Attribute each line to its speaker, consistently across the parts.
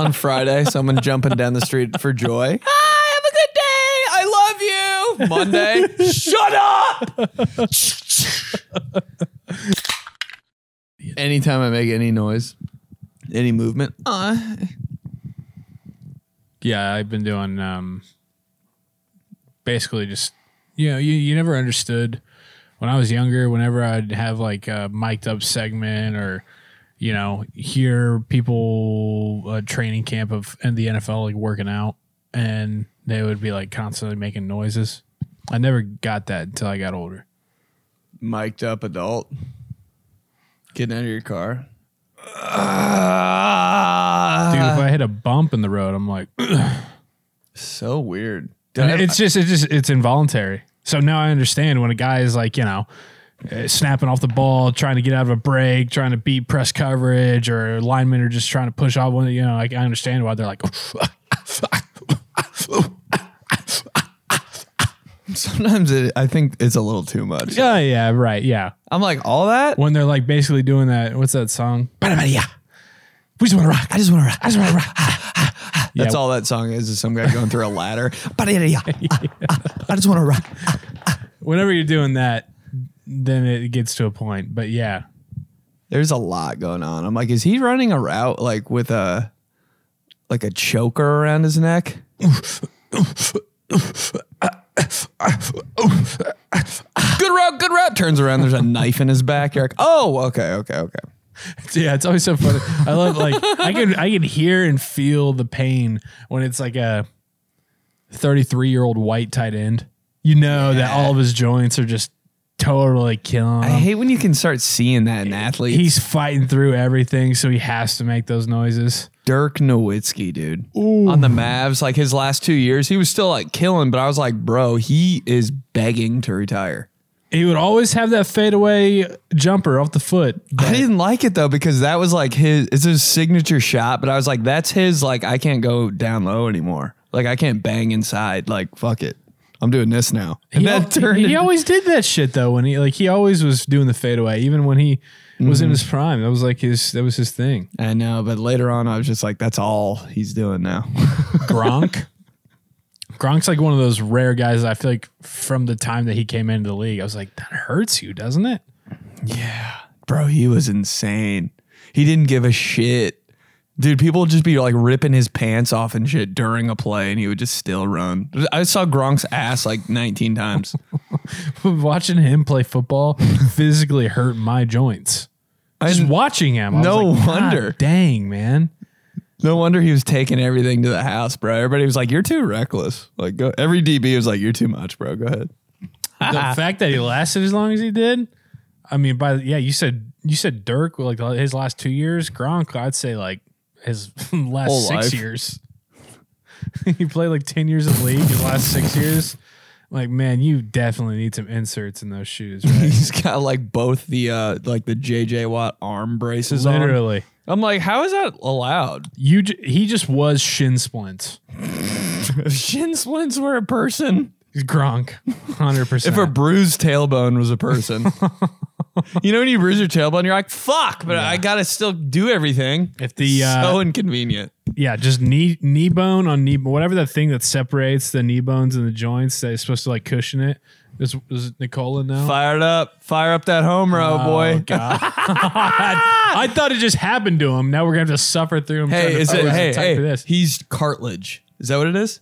Speaker 1: on Friday, someone jumping down the street for joy. Hi, have a good day. I love you. Monday, shut up. Anytime I make any noise, any movement, uh,
Speaker 2: Yeah, I've been doing um basically just you know, you, you never understood when I was younger, whenever I'd have like a mic'd up segment or you know, hear people uh, training camp of and the NFL like working out and they would be like constantly making noises. I never got that until I got older.
Speaker 1: mic'd up adult, getting out of your car.
Speaker 2: Dude,
Speaker 1: Ah.
Speaker 2: if I hit a bump in the road, I'm like
Speaker 1: So weird.
Speaker 2: And it's just it's just it's involuntary. So now I understand when a guy is like you know uh, snapping off the ball, trying to get out of a break, trying to beat press coverage, or linemen are just trying to push off. One, you know, like I understand why they're like. "Oh,
Speaker 1: Sometimes it, I think it's a little too much.
Speaker 2: yeah, yeah, right, yeah.
Speaker 1: I'm like, all that?
Speaker 2: When they're like basically doing that, what's that song? Yeah, we just want to rock.
Speaker 1: I just want to rock.
Speaker 2: I just want to rock.
Speaker 1: That's
Speaker 2: Yeah.
Speaker 1: all that song is, is some guy going through a ladder. Ba-da-da-da. Ah, ah, I just want to rock.
Speaker 2: Whenever you're doing that, then it gets to a point. But yeah,
Speaker 1: There's a lot going on. I'm like, is he running a route like with a like a choker around his neck? good route, good route. Turns around, there's a knife in his back. You're like, oh, okay, okay, okay.
Speaker 2: Yeah, it's always so funny. I love like I can I can hear and feel the pain when it's like a 33 year old white tight end. You know that all of his joints are just totally killing
Speaker 1: I
Speaker 2: him.
Speaker 1: hate when you can start seeing that in athletes.
Speaker 2: He's fighting through everything, so he has to make those noises.
Speaker 1: Dirk Nowitzki, dude, on the Mavs. Like his last two years, he was still like killing, but I was like, bro, he is begging to retire.
Speaker 2: He would always have that fadeaway jumper off the foot.
Speaker 1: I didn't like it though because that was like his it's his signature shot, but I was like, that's his like I can't go down low anymore. Like I can't bang inside. Like fuck it. I'm doing this now. And
Speaker 2: He,
Speaker 1: that
Speaker 2: al-
Speaker 1: turned
Speaker 2: he
Speaker 1: into-
Speaker 2: always did that shit though when he like he always was doing the fadeaway even when he was
Speaker 1: Mm-hmm.
Speaker 2: in his prime. That was like his that was his thing.
Speaker 1: I know, but later on I was just like, that's all he's doing now.
Speaker 2: Gronk. Gronk's like one of those rare guys. that I feel like from the time that he came into the league, I was like, that hurts you, doesn't it?
Speaker 1: Bro, he was insane. He didn't give a shit. Dude, people would just be like ripping his pants off and shit during a play, and he would just still run. I saw Gronk's ass like 19 times.
Speaker 2: Watching him play football physically hurt my joints. Just
Speaker 1: And
Speaker 2: watching him, I was
Speaker 1: No
Speaker 2: like, "God
Speaker 1: wonder."
Speaker 2: dang man.
Speaker 1: no wonder he was taking everything to the house, bro. Everybody was like, "You're too reckless." Like, go, every DB was like, "You're too much, bro. Go ahead."
Speaker 2: The fact that he lasted as long as he did. I mean, by yeah, you said you said Dirk like his last two years. Gronk, I'd say like his last
Speaker 1: Whole
Speaker 2: six
Speaker 1: life.
Speaker 2: years. he played like ten years of league. His last six years. Like man, you definitely need some inserts in those shoes. Right?
Speaker 1: He's got like both the uh like the JJ Watt arm braces on.
Speaker 2: Literally,
Speaker 1: I'm like, how is that allowed?
Speaker 2: you j- he just was shin splints.
Speaker 1: If shin splints were a person,
Speaker 2: Gronk, hundred percent.
Speaker 1: If a bruised tailbone was a person, you know when you bruise your tailbone, you're like, "Fuck!" But I gotta still do everything.
Speaker 2: If the, uh,
Speaker 1: so inconvenient.
Speaker 2: Yeah, just knee knee bone on knee whatever that thing that separates the knee bones and the joints that is supposed to like cushion it. Is, is it Nicola now?
Speaker 1: Fired up, fire up that home row, boy.
Speaker 2: God. I thought it just happened to him. Now we're gonna have to suffer through him. trying
Speaker 1: Hey,
Speaker 2: to
Speaker 1: is it?
Speaker 2: pose
Speaker 1: Hey,
Speaker 2: and type
Speaker 1: hey,
Speaker 2: for this.
Speaker 1: he's cartilage. Is that what it is?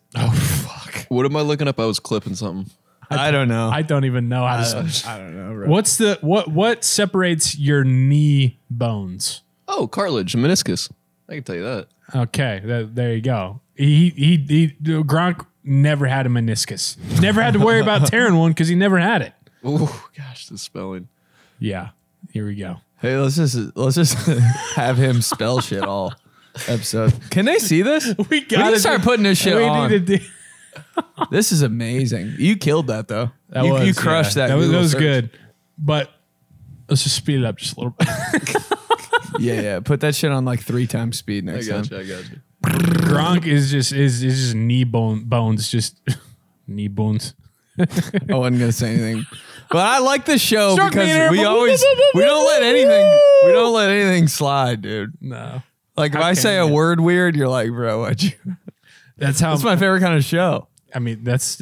Speaker 3: What am I looking up? I was clipping something.
Speaker 1: I, don't know.
Speaker 2: I don't even know how to.
Speaker 1: I don't know.
Speaker 2: What's the what? What separates your knee bones?
Speaker 3: Oh, cartilage, meniscus. I can tell you that.
Speaker 2: Okay, th- there you go. He, he he Gronk never had a meniscus. Never had to worry about tearing one because he never had it.
Speaker 3: Oh gosh, the spelling.
Speaker 2: Yeah, here we go.
Speaker 1: Hey, let's just let's just have him spell shit all episode. Can they see this?
Speaker 2: We
Speaker 1: We
Speaker 2: got
Speaker 1: need to start putting this shit on.
Speaker 2: do,
Speaker 1: This is amazing. You killed that though.
Speaker 2: that
Speaker 1: you,
Speaker 2: was,
Speaker 1: you crushed
Speaker 2: yeah.
Speaker 1: that.
Speaker 2: was,
Speaker 1: Google
Speaker 2: was
Speaker 1: search.
Speaker 2: good, but let's just speed it up just a little bit.
Speaker 1: Yeah, yeah. Put that shit on like three times speed
Speaker 3: I
Speaker 1: next time.
Speaker 3: got you. I got you.
Speaker 2: Gronk is just is is just knee bone bones, just knee bones.
Speaker 1: I wasn't gonna say anything, but I like this show
Speaker 2: Shark
Speaker 1: because
Speaker 2: meter.
Speaker 1: we always we don't let anything we don't let anything slide, dude.
Speaker 2: No,
Speaker 1: Like if
Speaker 2: How
Speaker 1: I say
Speaker 2: can
Speaker 1: a
Speaker 2: you?
Speaker 1: word weird, you're like, bro, what you?
Speaker 2: That's how.
Speaker 1: That's my favorite kind of show.
Speaker 2: I mean, that's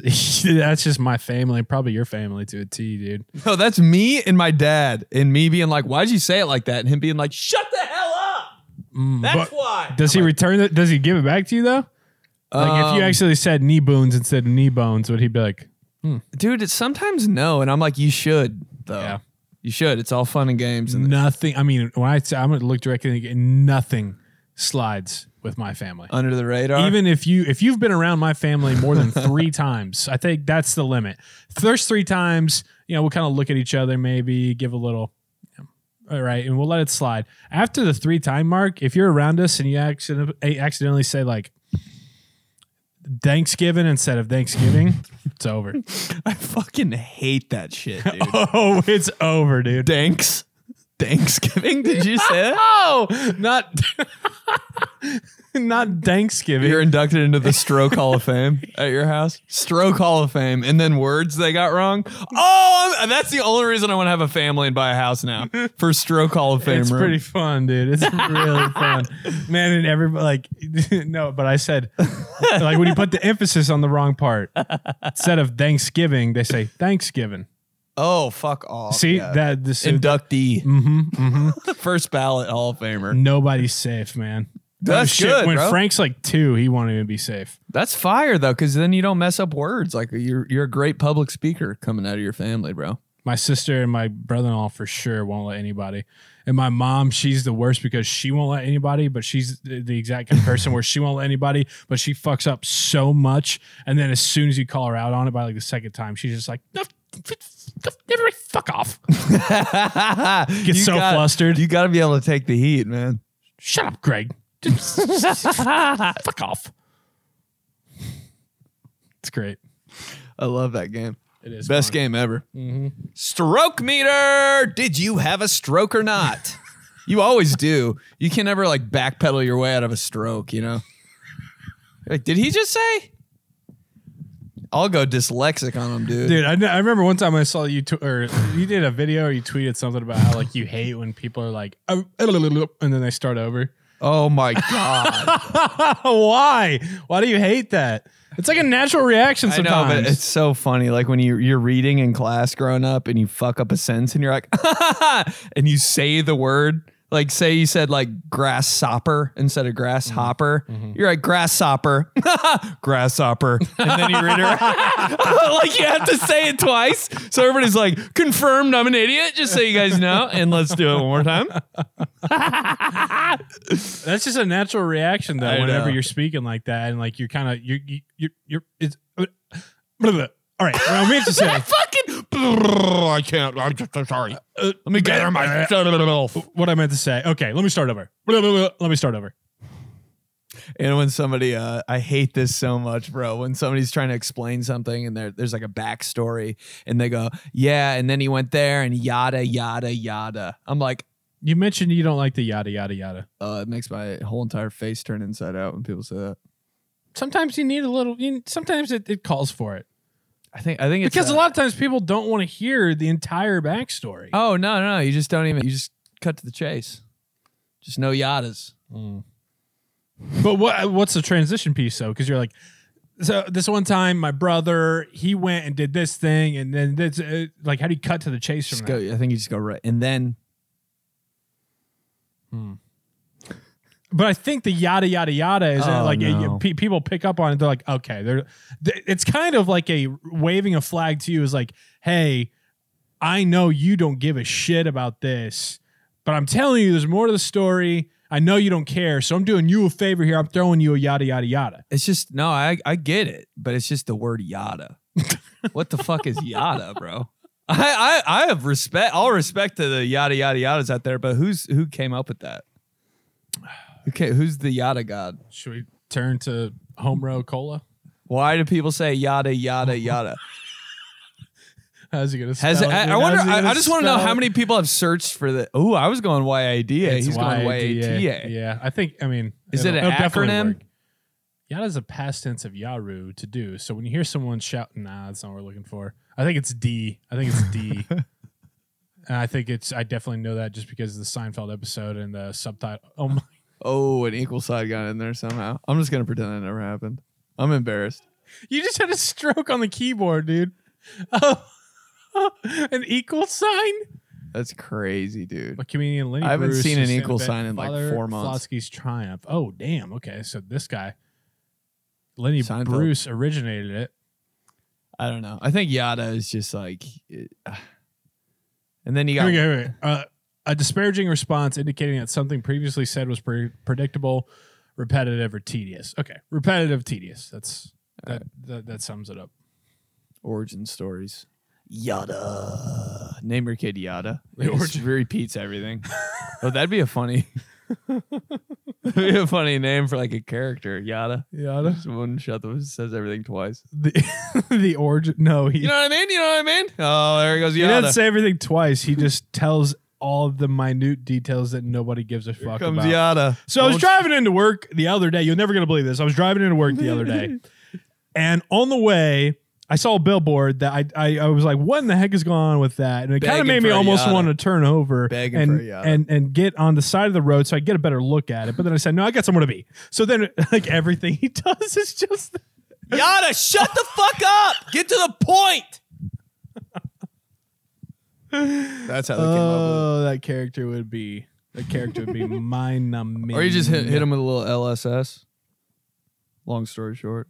Speaker 2: that's just my family, probably your family to a T, dude.
Speaker 1: No, that's me and my dad, and me being like, "Why'd you say it like that?" and him being like, "Shut the hell up." That's
Speaker 2: Mm, But
Speaker 1: why.
Speaker 2: Does he return it? Does he give it back to you though? Like if
Speaker 1: Um,
Speaker 2: you actually said knee boons instead of knee bones, would he be like,
Speaker 1: dude? It's sometimes no, and I'm like, you should though.
Speaker 2: Yeah. Mm.
Speaker 1: You should. It's all fun and games. And
Speaker 2: Nothing. I mean, when I say I'm gonna look directly, at you, nothing slides with my family.
Speaker 1: under the radar.
Speaker 2: Even if you if you've been around my family more than three times, I think that's the limit. First three times, you know, we'll kind of look at each other, maybe give a little, all right, and we'll let it slide. After the three time mark, if you're around us and you accident- eh, accidentally say like Thanksgiving instead of Thanksgiving, it's over.
Speaker 1: I fucking hate that shit, dude.
Speaker 2: Oh, it's over, dude.
Speaker 1: Danks. Thanksgiving? Did you say that?
Speaker 2: Oh, not not Thanksgiving.
Speaker 1: You're inducted into the Stroke Hall of Fame at your house. Stroke Hall of Fame, and then words they got wrong. Oh, I'm- that's the only reason I want to have a family and buy a house now for Stroke Hall of Fame.
Speaker 2: It's
Speaker 1: room.
Speaker 2: pretty fun, dude. It's really fun, man. And everybody like, no, but I said, like when you put the emphasis on the wrong part, instead of Thanksgiving, they say Thanksgiving.
Speaker 1: Oh, fuck off.
Speaker 2: See
Speaker 1: yeah.
Speaker 2: that this is
Speaker 1: inductee,
Speaker 2: hmm hmm
Speaker 1: first ballot Hall of Famer.
Speaker 2: nobody's safe, man.
Speaker 1: That's
Speaker 2: Oh, shit.
Speaker 1: good,
Speaker 2: When
Speaker 1: bro.
Speaker 2: Frank's like two, he won't even be safe.
Speaker 1: That's fire though, because then you don't mess up words. Like you're you're a great public speaker coming out of your family, bro.
Speaker 2: My sister and my brother-in-law for sure won't let anybody. And my mom, she's the worst because she won't let anybody, but she's the the exact kind of person where she won't let anybody, but she fucks up so much. And then as soon as you call her out on it by like the second time, she's just like, "Nuff, nuff, nuff, everybody fuck off.
Speaker 1: Get
Speaker 2: so flustered.
Speaker 1: You got to be able to take the heat, man.
Speaker 2: Shut up, Greg. fuck off. It's great.
Speaker 1: I love that game.
Speaker 2: It is
Speaker 1: Best
Speaker 2: fun.
Speaker 1: game ever. Stroke meter. Did you have a stroke or not? you always do. You can never like backpedal your way out of a stroke, you know? Like, did he just say? I'll go dyslexic on him, dude.
Speaker 2: Dude, I, kn- I remember one time I saw you tw- or you did a video or you tweeted something about how like you hate when people are like "Uh, uh, uh, uh, uh," and then they start over.
Speaker 1: Oh my God.
Speaker 2: Why? Why do you hate that? It's like a natural reaction
Speaker 1: I know,
Speaker 2: sometimes.
Speaker 1: but it's so funny. Like when you, you're reading in class growing up and you fuck up a sentence and you're like, and you say the word. Like, say you said like grasshopper instead of grasshopper. You're like grasshopper, grasshopper. And then you read it like you have to say it twice. So everybody's like, confirmed I'm an idiot, just so you guys know. And let's do it one more time.
Speaker 2: That's just a natural reaction though.
Speaker 1: I
Speaker 2: Whenever
Speaker 1: know.
Speaker 2: you're speaking like that and like you're kind of you're you- you're you're it's uh, blah, blah. all right. Well, I meant to say.
Speaker 1: Fucking, I can't. I'm just so sorry.
Speaker 2: uh,
Speaker 1: Let me gather my.
Speaker 2: what I meant to say. Okay, let me start over. Blah, blah, blah. Let me start over.
Speaker 1: And when somebody, uh, I hate this so much, bro. When somebody's trying to explain something and there, there's like a backstory, and they go, "Yeah," and then he went there, and yada yada yada. I'm like,
Speaker 2: You mentioned you don't like the yada yada yada.
Speaker 1: uh, it makes my whole entire face turn inside out when people say that.
Speaker 2: Sometimes you need a little. You, sometimes it, it calls for it.
Speaker 1: I think I think it's
Speaker 2: Because
Speaker 1: that-
Speaker 2: a lot of times people don't want to hear the entire backstory.
Speaker 1: Oh no no, you just don't even. You just cut to the chase. Just no yadas.
Speaker 2: Mm. But what what's the transition piece though? Because you're like, so this one time my brother he went and did this thing, and then this uh, like how do you cut to the chase from
Speaker 1: Just go.
Speaker 2: that?
Speaker 1: I think you just go right, and then
Speaker 2: But I think the yada yada yada is uh,
Speaker 1: Oh,
Speaker 2: like
Speaker 1: no.
Speaker 2: uh, pe- people pick up on it. They're like, okay, they're th- it's kind of like a waving a flag to you is like, hey, I know you don't give a shit about this, but I'm telling you, there's more to the story. I know you don't care, so I'm doing you a favor here. I'm throwing you a yada yada yada.
Speaker 1: it's just no. I I get it, but it's just the word yada. what the fuck is yada, bro? I, I I have respect, all respect to the yada yada yadas out there, but who's who came up with that? Okay, who's the yada god?
Speaker 2: Should we turn to home row cola?
Speaker 1: Why do people say yada yada yada?
Speaker 2: How's he gonna?
Speaker 1: Has
Speaker 2: spell it,
Speaker 1: I,
Speaker 2: dude?
Speaker 1: I wonder?
Speaker 2: How's he
Speaker 1: I,
Speaker 2: gonna
Speaker 1: I just want to know
Speaker 2: spell
Speaker 1: how
Speaker 2: it?
Speaker 1: many people have searched for the. Oh, I was going YADA.
Speaker 2: It's
Speaker 1: He's going
Speaker 2: YADA.
Speaker 1: YATA.
Speaker 2: Yeah, I think. I mean,
Speaker 1: Is it
Speaker 2: it'll-
Speaker 1: an
Speaker 2: it'll definitely
Speaker 1: acronym?
Speaker 2: work. Yada is a past tense of Yaru to do. So when you hear someone shout, "Nah, that's not what we're looking for." I think it's D. I think it's D. and I think it's. I definitely know that just because of the Seinfeld episode and the subtitle. Oh my!
Speaker 1: Oh, an equal side got in there somehow. I'm just gonna pretend that never happened. I'm embarrassed.
Speaker 2: You just had a stroke on the keyboard, dude. Oh, an equal sign?
Speaker 1: That's crazy, dude.
Speaker 2: A comedian Lenny
Speaker 1: I haven't
Speaker 2: Bruce
Speaker 1: seen an
Speaker 2: is
Speaker 1: equal
Speaker 2: Sinbad-
Speaker 1: sign in, like,
Speaker 2: Father
Speaker 1: four months.
Speaker 2: Flosky's triumph. Oh, damn. Okay, so this guy, Lenny
Speaker 1: Seinfeld.
Speaker 2: Bruce, originated it.
Speaker 1: I don't know. I think Yada is just like, it- and then you
Speaker 2: Here
Speaker 1: got
Speaker 2: we go, here we go. Uh, a disparaging response indicating that something previously said was pre- predictable, repetitive, or tedious. Okay, repetitive, tedious. That's that, that that sums it up.
Speaker 1: origin stories. Yada. Name your kid Yada.
Speaker 2: The
Speaker 1: It just
Speaker 2: origin-
Speaker 1: repeats everything. oh, that'd be a funny. that'd be a funny name for like a character. Yada.
Speaker 2: Yeah,
Speaker 1: Just one shut the says everything twice.
Speaker 2: the the origin. No, he,
Speaker 1: You know what I mean? You know what I mean? Oh, there he goes.
Speaker 2: he
Speaker 1: Yada.
Speaker 2: doesn't say everything twice. He just tells all of the minute details that nobody gives a fuck
Speaker 1: comes
Speaker 2: about.
Speaker 1: Yada.
Speaker 2: So I was
Speaker 1: Don't-
Speaker 2: driving into work the other day. You're never gonna believe this. I was driving into work the other day, and on the way, I saw a billboard that I I, I was like, "What in the heck is going on with that?" And it kind
Speaker 1: Begging
Speaker 2: of made me
Speaker 1: for a
Speaker 2: almost
Speaker 1: yada.
Speaker 2: want to turn over
Speaker 1: Begging
Speaker 2: and
Speaker 1: for a yada.
Speaker 2: and and get on the side of the road so I get a better look at it. But then I said, "No, I got somewhere to be." So then, like everything he does is just
Speaker 1: Yada, shut the fuck up. Get to the point. That's how they came up
Speaker 2: oh, that character would be that character would be mind numbing.
Speaker 1: with it. Or you just hit, hit him with a little LSS. Long story short.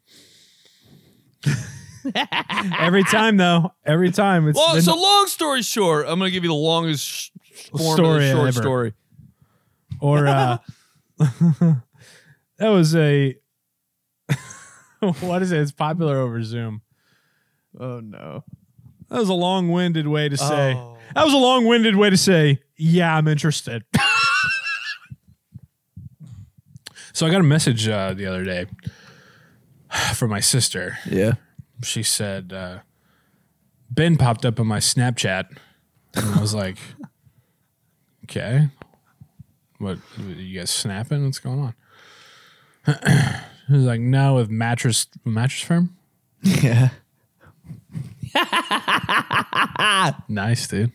Speaker 2: every time though. Every time it's
Speaker 1: Long,
Speaker 2: been-
Speaker 1: so long story short, I'm gonna give you the longest sh- form of
Speaker 2: Story
Speaker 1: the short
Speaker 2: ever.
Speaker 1: story.
Speaker 2: or uh, that was a what is it? It's popular over Zoom.
Speaker 1: Oh no.
Speaker 2: That was a long-winded way to say.
Speaker 1: Oh.
Speaker 2: That was a long-winded way to say. Yeah, I'm interested. so I got a message uh, the other day from my sister.
Speaker 1: Yeah.
Speaker 2: She said uh, Ben popped up on my Snapchat, and I was like, "Okay, what you guys snapping? What's going on?" He was like, "No, with mattress mattress firm."
Speaker 1: Yeah.
Speaker 2: Nice, dude.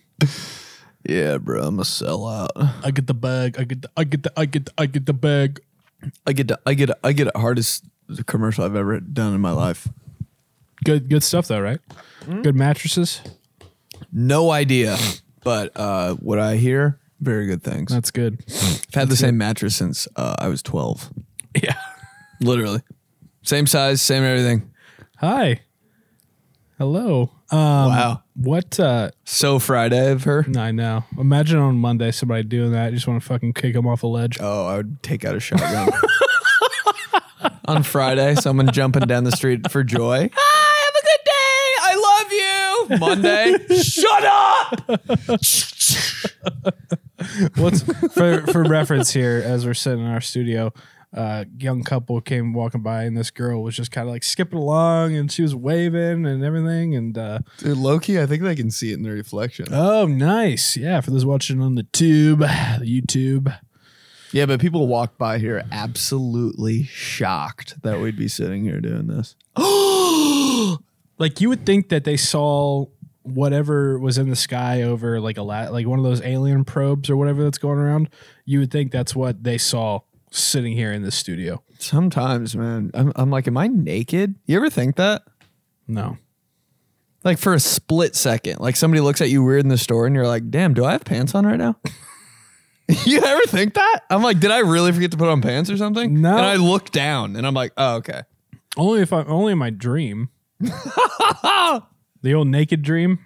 Speaker 1: Yeah, bro. I'm a sellout.
Speaker 2: I get the bag. I get the. I get the. I get the. I get the bag.
Speaker 1: I get to, I get I get the hardest commercial I've ever done in my life.
Speaker 2: Good. Good stuff, though, right? Good mattresses.
Speaker 1: No idea, but uh, what I hear, very good things.
Speaker 2: That's good.
Speaker 1: I've had the same mattress since uh, I was 12.
Speaker 2: yeah.
Speaker 1: Literally. Same size, same everything.
Speaker 2: Hi. Hello. Um,
Speaker 1: Wow.
Speaker 2: What? uh
Speaker 1: So Friday of her.
Speaker 2: I know. Imagine on Monday somebody doing that. I just want to fucking kick them off a ledge.
Speaker 1: Oh, I would take out a shotgun. On Friday, someone jumping down the street for joy. Hi, have a good day. I love you. Monday, shut up.
Speaker 2: What's for for reference here? As we're sitting in our studio, uh, young couple came walking by, and this girl was just kind of like skipping along, and she was waving and everything, and. uh
Speaker 1: Dude, Loki, I think they can see it in the reflection.
Speaker 2: Oh, nice. Yeah, for those watching on the tube, YouTube.
Speaker 1: Yeah, but people walk by here absolutely shocked that we'd be sitting here doing this.
Speaker 2: Like you would think that they saw whatever was in the sky over like a la- like one of those alien probes or whatever that's going around. You would think that's what they saw sitting here in the studio.
Speaker 1: Sometimes, man, I'm, I'm like, am I naked? You ever think that?
Speaker 2: No.
Speaker 1: Like for a split second, like somebody looks at you weird in the store and you're like, damn, do I have pants on right now? you ever think that? I'm like, did I really forget to put on pants or something?
Speaker 2: No.
Speaker 1: And I look down and I'm like, oh, okay.
Speaker 2: Only if I only in my dream. the old naked dream.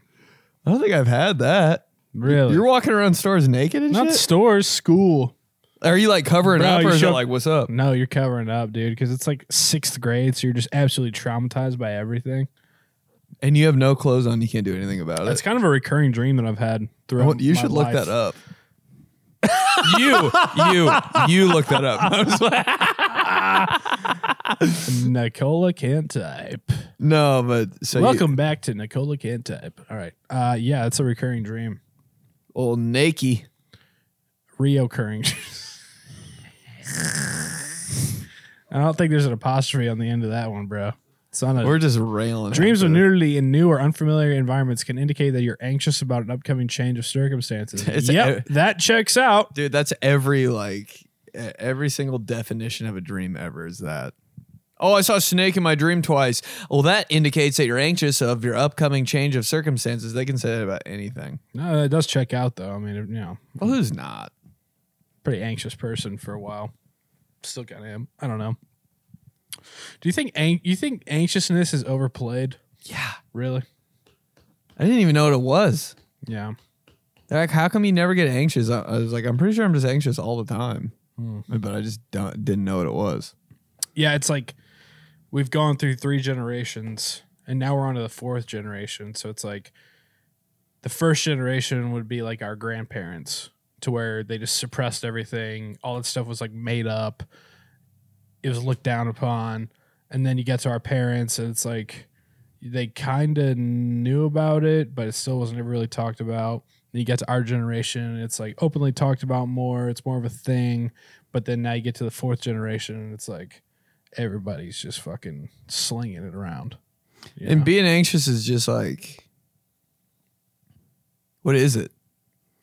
Speaker 1: I don't think I've had that.
Speaker 2: Really?
Speaker 1: You're walking around stores naked and
Speaker 2: not
Speaker 1: shit?
Speaker 2: stores, school.
Speaker 1: Are you like covering
Speaker 2: Bro,
Speaker 1: up
Speaker 2: you
Speaker 1: or is
Speaker 2: show-
Speaker 1: it like, what's up?
Speaker 2: No, you're covering up, dude, because it's like sixth grade, so you're just absolutely traumatized by everything.
Speaker 1: And you have no clothes on, you can't do anything about it.
Speaker 2: That's kind of a recurring dream that I've had throughout.
Speaker 1: Well, you
Speaker 2: my
Speaker 1: should look
Speaker 2: life.
Speaker 1: that up. you, you, you look that up. I was like,
Speaker 2: Nicola can't type.
Speaker 1: no, but so you-
Speaker 2: Welcome back to Nicola can't type. All right. Uh, yeah, it's a recurring dream.
Speaker 1: old Nakey.
Speaker 2: Reoccurring. I don't think there's an apostrophe on the end of that one, bro. It's on a
Speaker 1: We're just railing.
Speaker 2: dreams
Speaker 1: after
Speaker 2: of
Speaker 1: this.
Speaker 2: newly in new or unfamiliar environments can indicate that you're anxious about an upcoming change of circumstances.
Speaker 1: It's
Speaker 2: yep, that checks out.
Speaker 1: dude. That's every like e- every single definition of a dream ever is that. Oh, I saw a snake in my dream twice. Well, that indicates that you're anxious of your upcoming change of circumstances. They can say that about anything.
Speaker 2: No, that does check out though. I mean, you know,
Speaker 1: Well, who's not?
Speaker 2: pretty anxious person for a while. Still kind of am. I don't know. Do you think ang- you think anxiousness is overplayed?
Speaker 1: Yeah.
Speaker 2: Really?
Speaker 1: I didn't even know what it was.
Speaker 2: Yeah.
Speaker 1: They're like, how come you never get anxious? I, I was like, I'm pretty sure I'm just anxious all the time,
Speaker 2: Hmm.
Speaker 1: but I just don't, didn't know what it was.
Speaker 2: Yeah, it's like we've gone through three generations and now we're on to the fourth generation. So it's like the first generation would be like our grandparents to where they just suppressed everything. All that stuff was like made up. It was looked down upon. And then you get to our parents and it's like they kind of knew about it, but it still wasn't ever really talked about. Then you get to our generation and it's like openly talked about more. It's more of a thing. But then now you get to the fourth generation and it's like everybody's just fucking slinging it around. you know?
Speaker 1: And being anxious is just like, what is it?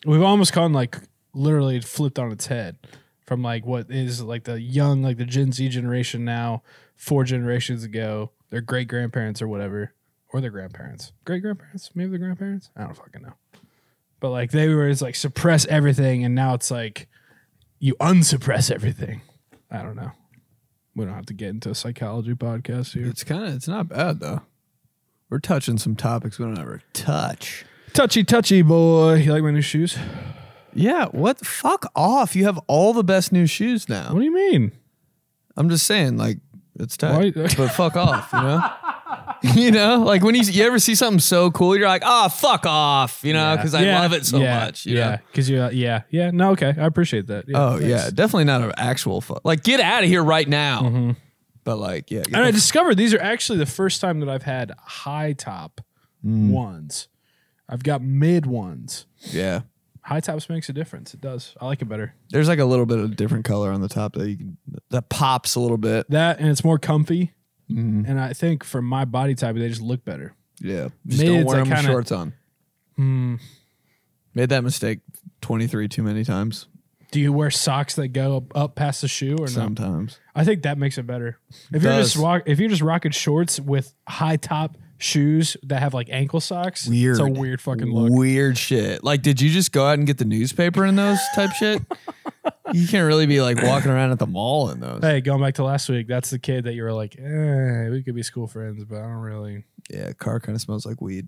Speaker 2: we've almost gone like literally it flipped on its head from like what is like the young like the gen z generation now four generations ago their great grandparents or whatever or their grandparents great grandparents maybe their grandparents i don't fucking know but like they were just like suppress everything and now it's like you unsuppress everything i don't know we don't have to get into a psychology podcast here
Speaker 1: It's kind of, it's not bad though. We're touching some topics we don't ever touch.
Speaker 2: touchy touchy boy you like my new shoes
Speaker 1: Yeah. What? Fuck off. You have all the best new shoes now.
Speaker 2: what do you mean
Speaker 1: I'm just saying, like, it's tight,
Speaker 2: Why-
Speaker 1: but fuck off, you know. you know, like when you you ever see something so cool, you're like, oh, fuck off, you know, because I
Speaker 2: Yeah,
Speaker 1: love it so
Speaker 2: yeah,
Speaker 1: much. you
Speaker 2: yeah,
Speaker 1: know?
Speaker 2: because you're like, yeah, yeah. No, okay, I appreciate that.
Speaker 1: Oh
Speaker 2: thanks.
Speaker 1: yeah, definitely not an actual fuck. Like, get out of here right now. But like, yeah, get
Speaker 2: And I
Speaker 1: the
Speaker 2: discovered these are actually the first time that I've had high top ones. I've got mid ones.
Speaker 1: f- yeah.
Speaker 2: High tops makes a difference. It does. I like it better.
Speaker 1: There's like a little bit of different color on the top that you can, that pops a little bit.
Speaker 2: That and it's more comfy. And I think for my body type, they just look better.
Speaker 1: Yeah, just
Speaker 2: Mids,
Speaker 1: don't wear
Speaker 2: I
Speaker 1: them with
Speaker 2: kinda- Hmm.
Speaker 1: shorts on. Made that mistake 23 too many times.
Speaker 2: Do you wear socks that go up, up past the shoe or no?
Speaker 1: Sometimes.
Speaker 2: I think that makes it better. If you're
Speaker 1: Does.
Speaker 2: just rock, if you're just rocking shorts with high top shoes that have like ankle socks, it's a weird fucking look.
Speaker 1: Weird shit. Like, did you just go out and get the newspaper in those type shit? You can't really be like walking around at the mall in those.
Speaker 2: Hey, going back to last week, that's the kid that you were like, eh, we could be school friends, but I don't really.
Speaker 1: Yeah, car kind of smells like weed.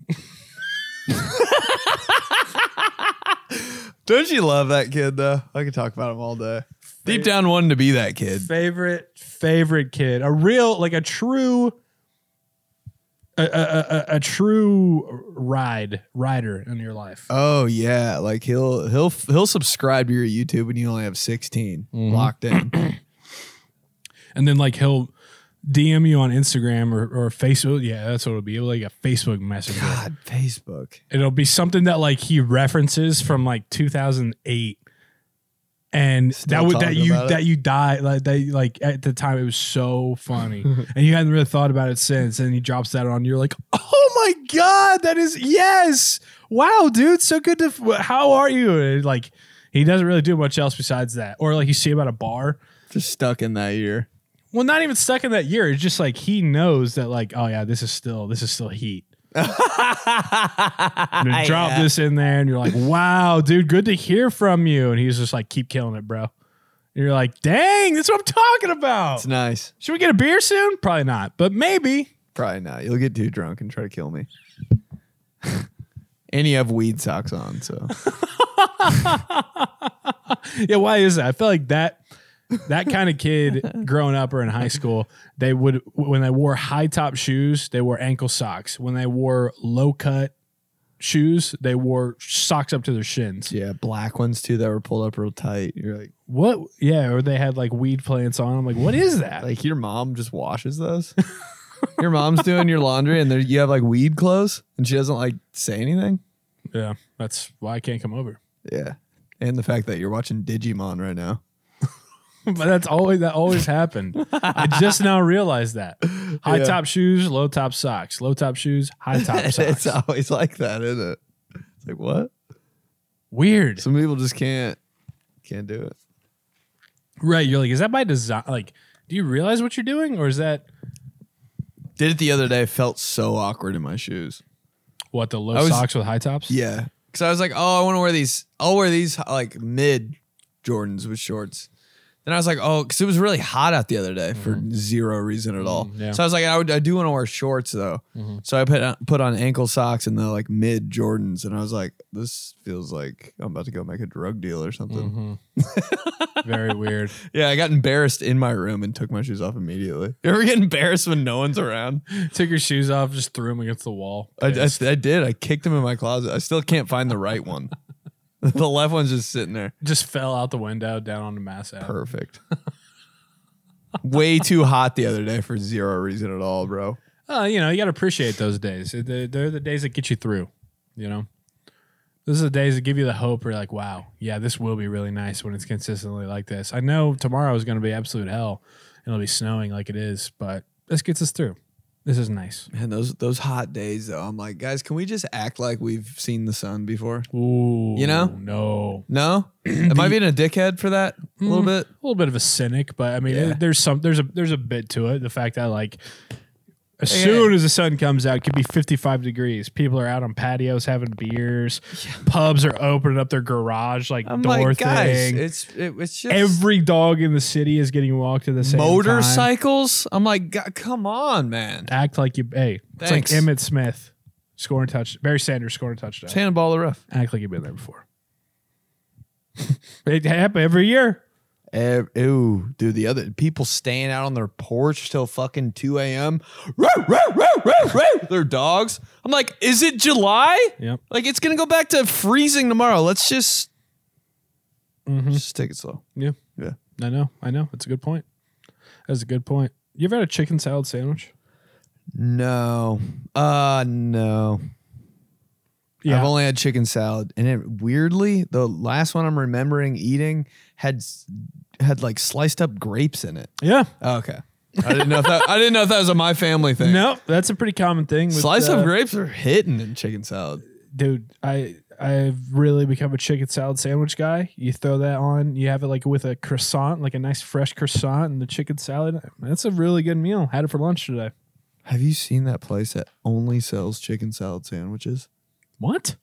Speaker 1: Don't you love that kid though? I could talk about him all day. Deep down, wanting to be that kid.
Speaker 2: Favorite, favorite kid. A real, like a true, a, a, a, a true ride, rider in your life.
Speaker 1: Oh yeah, like he'll he'll he'll subscribe to your YouTube when you only have 16 locked in.
Speaker 2: And then, like, he'll DM you on Instagram or, or Facebook. Yeah, that's what it'll be. Like a Facebook messenger.
Speaker 1: God, Facebook.
Speaker 2: It'll be something that, like, he references from like 2008. and
Speaker 1: Still
Speaker 2: that would that
Speaker 1: talking
Speaker 2: you
Speaker 1: about it?
Speaker 2: that you died like that like at the time it was so funny and you hadn't really thought about it since and he drops that on you're like oh my god that is yes wow dude so good to f- how are you And, like he doesn't really do much else besides that or like you see him at a bar
Speaker 1: Just stuck in that year.
Speaker 2: well not even stuck in that year it's just like he knows that like oh yeah this is still this is still heat and then drop this in there and you're like wow dude good to hear from you and he's just like keep killing it bro and you're like dang that's what i'm talking about
Speaker 1: It's nice.
Speaker 2: should we get a beer soon probably not but maybe
Speaker 1: Probably not. You'll get too drunk and try to kill me. and you have weed socks on, so
Speaker 2: yeah why is that i feel like that that kind of kid growing up or in high school they would when they wore high top shoes they wore ankle socks when they wore low cut shoes they wore socks up to their shins
Speaker 1: yeah, black ones too that were pulled up real tight. You're like,
Speaker 2: what yeah or they had like weed plants on i'm like what is that
Speaker 1: like your mom just washes those. your mom's doing your laundry, and there you have like weed clothes, and she doesn't like say anything.
Speaker 2: yeah that's why i can't come over
Speaker 1: Yeah, and the fact that you're watching Digimon right now.
Speaker 2: but that's always that always happened. I just now realized that. High
Speaker 1: Yeah.
Speaker 2: top shoes, low top socks. Low top shoes, high top socks.
Speaker 1: it's always like that, isn't it? It's like what?
Speaker 2: Weird.
Speaker 1: Some people just can't can't do it.
Speaker 2: Right. You're like, is that by design? Like, do you realize what you're doing? Or is that
Speaker 1: Did it the other day. Felt so awkward in my shoes.
Speaker 2: what the low
Speaker 1: I was-
Speaker 2: socks with high tops?
Speaker 1: Yeah. Cause I was like, oh, I want to wear these. I'll wear these like mid Jordans with shorts. Then I was like, oh, because it was really hot out the other day for zero reason at all.
Speaker 2: Mhm, yeah.
Speaker 1: So I was like, I, would, I do want to wear shorts though.
Speaker 2: Mhm.
Speaker 1: So I put on, put on ankle socks and the like mid Jordans, and I was like, this feels like I'm about to go make a drug deal or something.
Speaker 2: Mhm. Mm-hmm. Very weird.
Speaker 1: Yeah, I got embarrassed in my room and took my shoes off immediately. You ever get embarrassed when no one's around?
Speaker 2: Took your shoes off, just threw them against the wall.
Speaker 1: I, I,
Speaker 2: Pissed.
Speaker 1: I did. I kicked them in my closet. I still can't find the right one. the left one's just sitting there.
Speaker 2: just fell out the window down on the mass out.
Speaker 1: Perfect. Way too hot the other day for zero reason at all, bro.
Speaker 2: Uh, you know, you got to appreciate those days. They're, they're the days that get you through, you know? Those are the days that give you the hope. Where you're like, wow, yeah, this will be really nice when it's consistently like this. I know tomorrow is going to be absolute hell and it'll be snowing like it is, but this gets us through. This is nice.
Speaker 1: Man, those those hot days though. I'm like, guys, can we just act like we've seen the sun before?
Speaker 2: Ooh.
Speaker 1: You know?
Speaker 2: No.
Speaker 1: No, Hmm. am I being a dickhead for that a little bit?
Speaker 2: A little bit of a cynic, but I mean,
Speaker 1: Yeah.
Speaker 2: it- there's some, there's a, there's a bit to it. The fact that, like, as soon as the sun comes out, it could be 55 degrees. People are out on patios having beers. Pubs are opening up their garage, like,
Speaker 1: I'm
Speaker 2: door
Speaker 1: like, guys,
Speaker 2: thing.
Speaker 1: Oh it's it, it's just
Speaker 2: Every dog in the city is getting walked at the same time.
Speaker 1: motorcycles. I'm like, God, come on, man.
Speaker 2: Act like you, hey,
Speaker 1: Thanks.
Speaker 2: it's like Emmett Smith scoring touch, Barry Sanders scoring touchdown.
Speaker 1: Cannonball the rough.
Speaker 2: Act like you've been there before. it happens every year.
Speaker 1: Ev- Ooh, dude, the other people staying out on their porch till fucking 2 a.m. Roo, roo, roo, roo, roo, Their dogs. I'm like, is it July?
Speaker 2: Yep.
Speaker 1: Like, it's going to go back to freezing tomorrow. Let's just,
Speaker 2: Mhm.
Speaker 1: just take it slow.
Speaker 2: Yeah.
Speaker 1: Yeah.
Speaker 2: I know. I know. It's a good point. That's a good point. You ever had a chicken salad sandwich?
Speaker 1: No. Uh, no. I've only had chicken salad. And it weirdly, the last one I'm remembering eating had s- had like sliced up grapes in it.
Speaker 2: yeah.
Speaker 1: Oh, Okay. I didn't know if that I didn't know if that was a my family thing.
Speaker 2: No, that's a pretty common thing. With,
Speaker 1: Slice
Speaker 2: uh,
Speaker 1: of grapes are hitting in chicken salad.
Speaker 2: dude. I I've really become a chicken salad sandwich guy. You throw that on, you have it like with a croissant, like a nice fresh croissant, and the chicken salad. That's a really good meal. Had it for lunch today.
Speaker 1: Have you seen that place that only sells chicken salad sandwiches?
Speaker 2: What?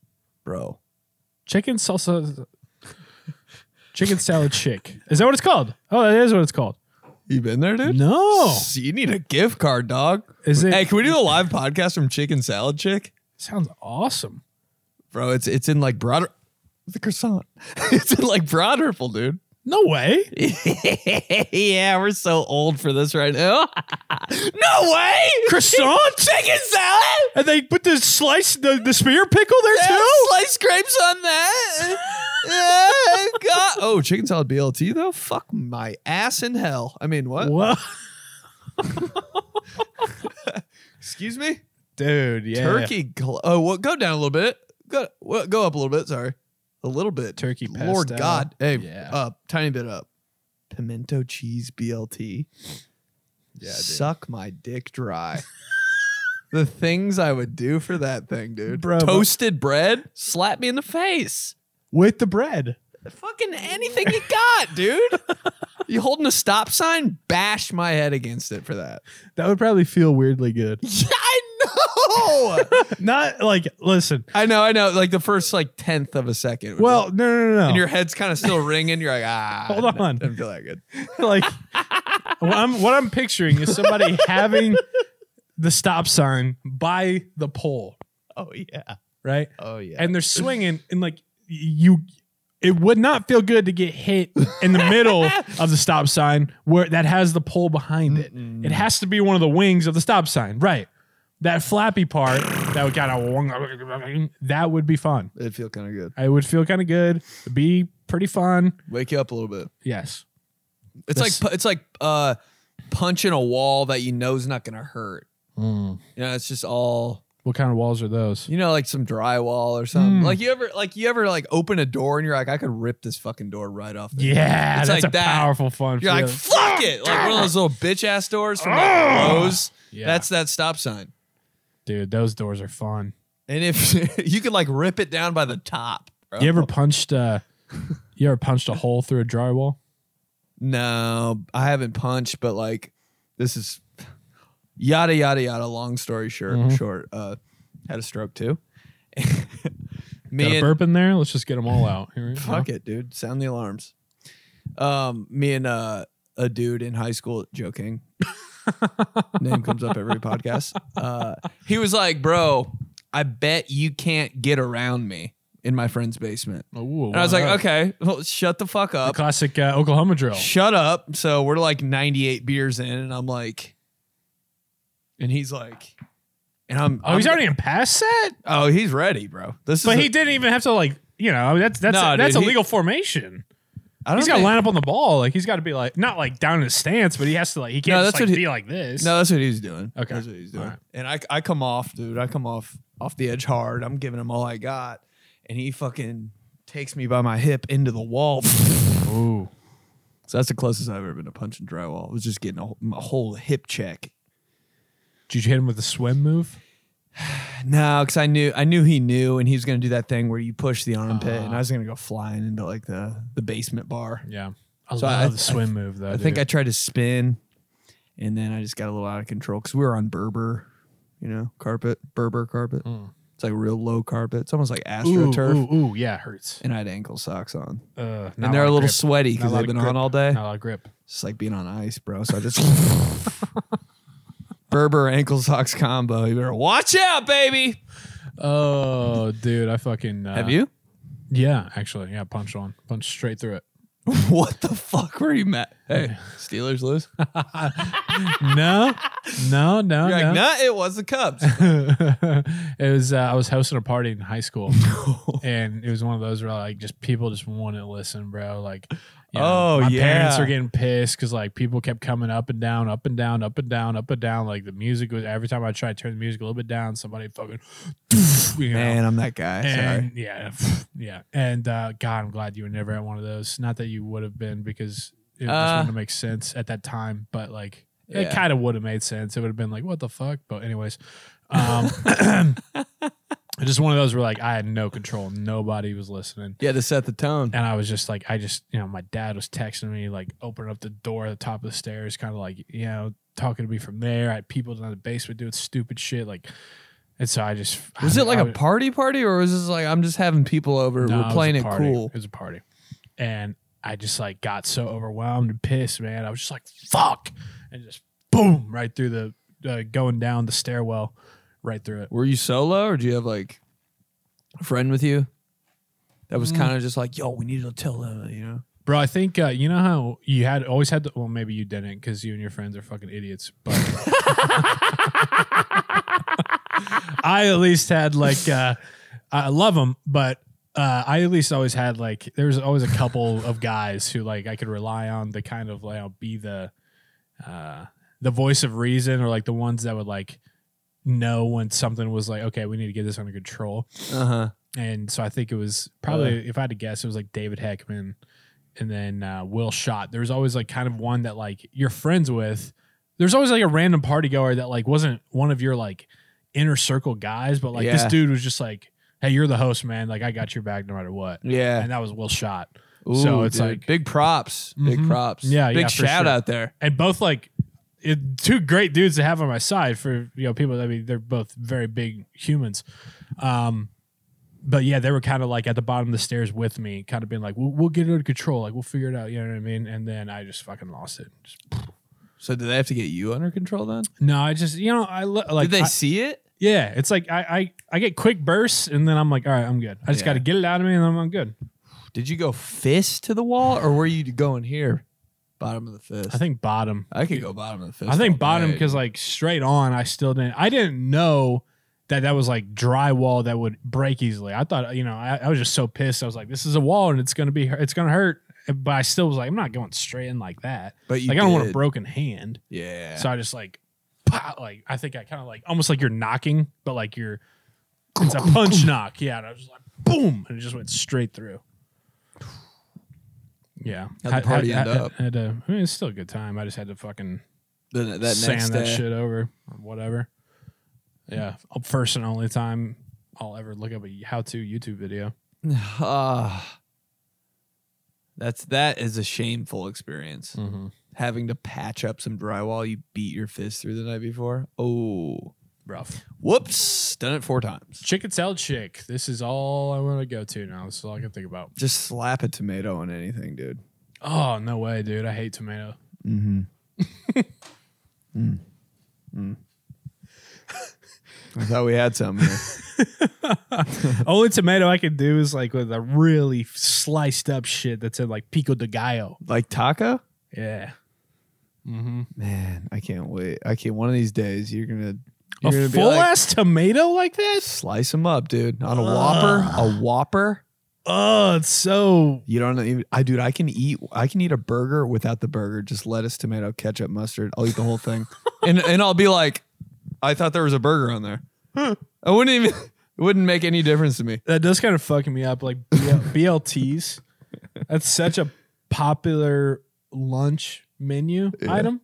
Speaker 1: Bro.
Speaker 2: Chicken salsa. Chicken salad chick. Is that what it's called? Oh, that is what it's called.
Speaker 1: You been there, dude?
Speaker 2: No.
Speaker 1: S- You need a gift card, dog.
Speaker 2: Is it?
Speaker 1: Hey, can we do a live podcast from Chicken Salad Chick?
Speaker 2: sounds awesome.
Speaker 1: Bro, it's it's in like broader the croissant. it's in like broad ripple, dude.
Speaker 2: No way.
Speaker 1: yeah, we're so old for this right now. no way!
Speaker 2: Croissant?
Speaker 1: chicken salad?
Speaker 2: And they put the slice, the, the spear pickle there
Speaker 1: Yeah,
Speaker 2: too?
Speaker 1: slice grapes on that. Yeah, God. Oh, chicken salad BLT though? Fuck my ass in hell. I mean, what?
Speaker 2: Whoa.
Speaker 1: Excuse me?
Speaker 2: Dude, yeah.
Speaker 1: Turkey. Gl- oh, well, go down a little bit. Go well, go up a little bit. Sorry, a little bit.
Speaker 2: Turkey
Speaker 1: Lord
Speaker 2: pastel.
Speaker 1: God. Hey,
Speaker 2: Yeah. Uh,
Speaker 1: up tiny bit up. Pimento cheese BLT.
Speaker 2: Yeah, dude.
Speaker 1: Suck my dick dry. the things I would do for that thing, dude.
Speaker 2: Bro, but-
Speaker 1: Toasted bread. Slap me in the face.
Speaker 2: With the bread.
Speaker 1: Fucking anything you got, dude. you holding a stop sign? Bash my head against it for that.
Speaker 2: That would probably feel weirdly good.
Speaker 1: Yeah, I know.
Speaker 2: Not like, listen.
Speaker 1: I know, I know. Like the first like tenth of a second. would
Speaker 2: Well, no, no, no, no.
Speaker 1: and your head's kind of still ringing. You're like, ah,
Speaker 2: Hold
Speaker 1: I
Speaker 2: on.
Speaker 1: didn't feel that good.
Speaker 2: like what I'm, what I'm picturing is somebody having the stop sign by the pole,
Speaker 1: Oh yeah,
Speaker 2: right?
Speaker 1: oh yeah.
Speaker 2: And they're swinging, and like you, it would not feel good to get hit in the middle of the stop sign where that has the pole behind it.
Speaker 1: Hmm.
Speaker 2: It has to be one of the wings of the stop sign, right? That flappy part that would kind of that would be fun.
Speaker 1: it'd feel kind of good.
Speaker 2: I would feel kind of good. It'd be pretty fun.
Speaker 1: Wake you up a little bit.
Speaker 2: Yes.
Speaker 1: It's
Speaker 2: This-
Speaker 1: like it's like uh, punching a wall that you know's not gonna hurt. You know, it's just all
Speaker 2: What kind of walls are those?
Speaker 1: you know, like some drywall or something.
Speaker 2: Mm.
Speaker 1: Like you ever like you ever like open a door and you're like, I could rip this fucking door right off. the-
Speaker 2: Yeah,
Speaker 1: It's
Speaker 2: that's
Speaker 1: like
Speaker 2: a
Speaker 1: that.
Speaker 2: powerful fun.
Speaker 1: You're like,
Speaker 2: feeling.
Speaker 1: fuck it, like one of those little bitch ass doors from like, Lowe's.
Speaker 2: Yeah.
Speaker 1: That's that stop sign.
Speaker 2: dude. Those doors are fun.
Speaker 1: And if you could like rip it down by the top, bro.
Speaker 2: You ever punched? Uh, you ever punched a hole through a drywall?
Speaker 1: No, I haven't punched, but like this is yada yada yada. Long story short, short. Uh, had a stroke too.
Speaker 2: Mm-hmm. Got
Speaker 1: Me
Speaker 2: a
Speaker 1: and
Speaker 2: burp in there? Let's just get them all out. Here we go.
Speaker 1: fuck it, dude. Sound the alarms. Um, me and uh, a dude in high school joking. Name comes up every podcast. Uh, he was like, "Bro, I bet you can't get around me in my friend's basement."
Speaker 2: Ooh,
Speaker 1: And I was like,
Speaker 2: wow.
Speaker 1: "Okay, well, shut the fuck
Speaker 2: The
Speaker 1: up."
Speaker 2: classic uh, Oklahoma drill.
Speaker 1: shut up. So we're like 98 beers in, and I'm like, and he's like, and I'm,
Speaker 2: Oh, he's
Speaker 1: I'm-
Speaker 2: already in past set,
Speaker 1: oh, he's ready, bro. This
Speaker 2: but
Speaker 1: is,
Speaker 2: he
Speaker 1: a,
Speaker 2: didn't even have to like, you know, that's that's
Speaker 1: No,
Speaker 2: that's
Speaker 1: dude,
Speaker 2: a
Speaker 1: he-
Speaker 2: legal formation.
Speaker 1: I don't
Speaker 2: He's got to
Speaker 1: think-
Speaker 2: line up on the ball. Like he's got to be like not like down in his stance, but he has to like he can't
Speaker 1: No,
Speaker 2: just,
Speaker 1: that's
Speaker 2: like,
Speaker 1: what he-
Speaker 2: be like this.
Speaker 1: No, that's what he's doing.
Speaker 2: Okay.
Speaker 1: that's what he's doing.
Speaker 2: All right.
Speaker 1: And I, I come off, dude. I come off off the edge hard. I'm giving him all I got, and he fucking takes me by my hip into the wall. so
Speaker 2: Ooh.
Speaker 1: that's the closest I've ever been to punching drywall. It was just getting a, wh- a whole hip check.
Speaker 2: Did you hit him with a swim move?
Speaker 1: No, because I knew I knew he knew, and he was gonna do that thing where you push the armpit, and I was gonna go flying into like the the basement bar.
Speaker 2: Yeah. I
Speaker 1: So
Speaker 2: love
Speaker 1: I-
Speaker 2: the swim move though.
Speaker 1: I think I tried to spin, and then I just got a little out of control because we were on Berber, you know, carpet, Berber carpet. It's like real low carpet. It's almost like
Speaker 2: Hmm. ooh,
Speaker 1: AstroTurf.
Speaker 2: ooh, ooh, yeah, it hurts.
Speaker 1: And I had ankle socks on,
Speaker 2: Uh, not
Speaker 1: and they're a
Speaker 2: lot of
Speaker 1: little
Speaker 2: grip.
Speaker 1: sweaty
Speaker 2: Not a
Speaker 1: because
Speaker 2: lot
Speaker 1: they've
Speaker 2: of
Speaker 1: been
Speaker 2: grip.
Speaker 1: on all day.
Speaker 2: Not a lot of grip.
Speaker 1: It's like being on ice, bro. So I just Berber ankle socks combo. You better watch out, baby.
Speaker 2: Oh, dude, I fucking uh,
Speaker 1: Have you?
Speaker 2: Yeah, actually, yeah, punch on, punch straight through it.
Speaker 1: What the fuck were you mad? Hey, Steelers lose.
Speaker 2: No, no, no,
Speaker 1: You're
Speaker 2: no.
Speaker 1: like, nah, it was the Cubs.
Speaker 2: it was uh, I was hosting a party in high school, and it was one of those where like just people just wanted to listen, bro. Like, you
Speaker 1: Oh,
Speaker 2: my
Speaker 1: yeah.
Speaker 2: parents were getting pissed because like people kept coming up and down, up and down, up and down, up and down. Like the music was every time I tried to turn the music a little bit down, somebody fucking, you know.
Speaker 1: Man, I'm that guy.
Speaker 2: And
Speaker 1: Sorry.
Speaker 2: yeah, yeah, and uh, God, I'm glad you were never at one of those. Not that you would have been because it just
Speaker 1: Uh,
Speaker 2: wouldn't make sense at that time, but like it
Speaker 1: Yeah.
Speaker 2: kind of would have made sense. It would have been like, what the fuck? But anyways, um, it's just one of those where like I had no control, nobody was listening.
Speaker 1: Yeah, to set the tone.
Speaker 2: And I was just like, I just, you know, my dad was texting me, like, opening up the door at the top of the stairs, kind of like, you know, talking to me from there. I had people down in the basement doing stupid shit. Like, and so I just.
Speaker 1: Was
Speaker 2: I-
Speaker 1: it like
Speaker 2: I
Speaker 1: a party party or was this like I'm just having people over?
Speaker 2: no,
Speaker 1: We're playing
Speaker 2: was
Speaker 1: it
Speaker 2: a party.
Speaker 1: cool.
Speaker 2: It was a party, and I just like got so overwhelmed and pissed, man. I was just like, "Fuck!" and just boom right through the uh, going down the stairwell, right through it.
Speaker 1: Were you solo or do you have like a friend with you? That
Speaker 2: Mm.
Speaker 1: was kind of just like, yo, we need to tell them, you know.
Speaker 2: Bro, I think uh, you know how you had always had. The, well, maybe you didn't because you and your friends are fucking idiots. But I at least had like uh, I love them, but uh, I at least always had like there was always a couple of guys who like I could rely on to kind of like be the uh, the voice of reason or like the ones that would like know when something was like okay we need to get this under control
Speaker 1: Uh huh.
Speaker 2: and so I think it was probably,
Speaker 1: Uh.
Speaker 2: if I had to guess, it was like David Heckman and then uh, Will Schott. There was always like kind of one that like you're friends with. There's always like a random party goer that like wasn't one of your like inner circle guys, but like this
Speaker 1: Yeah.
Speaker 2: dude was just like, hey, you're the host, man. Like I got your back no matter what.
Speaker 1: Yeah.
Speaker 2: And that was Will Schott.
Speaker 1: Ooh,
Speaker 2: so it's
Speaker 1: dude.
Speaker 2: like-
Speaker 1: big props. Big
Speaker 2: Mhm.
Speaker 1: props.
Speaker 2: Yeah,
Speaker 1: Big
Speaker 2: yeah, for
Speaker 1: shout
Speaker 2: sure.
Speaker 1: out there.
Speaker 2: And both like it, two great dudes to have on my side for, you know, people. I mean, they're both very big humans. Um, but yeah, they were kind of like at the bottom of the stairs with me, kind of being like, we'll, we'll get it under control. Like, we'll figure it out. You know what I mean? And then I just fucking lost it. Just-
Speaker 1: So did they have to get you under control then?
Speaker 2: no, I just, you know, I lo- like,
Speaker 1: did they
Speaker 2: I-
Speaker 1: see it?
Speaker 2: yeah, it's like I, I, I get quick bursts and then I'm like, all right, I'm good. I just
Speaker 1: Yeah.
Speaker 2: got to get it out of me and then I'm good.
Speaker 1: Did you go fist to the wall or were you going here? Bottom of the fist.
Speaker 2: I think bottom.
Speaker 1: I could go bottom of the fist.
Speaker 2: I
Speaker 1: all
Speaker 2: think bottom
Speaker 1: day.
Speaker 2: because like straight on, I still didn't. I didn't know that that was like drywall that would break easily. I thought you know I, I was just so pissed. I was like, this is a wall and it's gonna be it's gonna hurt. But I still was like, I'm not going straight in like that.
Speaker 1: But you
Speaker 2: like I don't want a
Speaker 1: did.
Speaker 2: broken hand.
Speaker 1: Yeah.
Speaker 2: So I just like, pow, like I think I kind of like almost like you're knocking, but like you're it's a punch knock. Yeah, and I was just like, boom, and it just went straight through. Yeah,
Speaker 1: How'd the
Speaker 2: Had-
Speaker 1: party
Speaker 2: had-
Speaker 1: end
Speaker 2: had-
Speaker 1: up?
Speaker 2: had to- I mean, it's still a good time. I just had to fucking
Speaker 1: Then that next
Speaker 2: sand that
Speaker 1: day.
Speaker 2: shit over or whatever. Yeah, uh, first and only time I'll ever look up a how-to YouTube video.
Speaker 1: Ah. That's that is a shameful experience. Having to patch up some drywall you beat your fist through the night before. Oh,
Speaker 2: Rough.
Speaker 1: whoops! Done it four times.
Speaker 2: Chicken salad shake. This is all I want to go to now. This is all I can think about.
Speaker 1: Just slap a tomato on anything, dude.
Speaker 2: Oh no way, dude! I hate tomato.
Speaker 1: Mm-hmm. Mm. I thought we had some. Here.
Speaker 2: Only tomato I can do is like with a really sliced up shit that's in like pico de gallo.
Speaker 1: like taco.
Speaker 2: Yeah.
Speaker 1: Mm-hmm. Man, I can't wait. I can't. One of these days, you're gonna you're
Speaker 2: A
Speaker 1: gonna
Speaker 2: full
Speaker 1: be like,
Speaker 2: ass tomato like that?
Speaker 1: slice them up, dude. On a Whopper, a Whopper.
Speaker 2: Oh, it's so
Speaker 1: You don't even. I dude, I can eat. I can eat a burger without the burger. Just lettuce, tomato, ketchup, mustard. I'll eat the whole thing, and and I'll be like, I thought there was a burger on there. I wouldn't even. It wouldn't make any difference to me.
Speaker 2: that does kind of fucking me up. Like BL, BLTs, that's such a popular lunch menu item.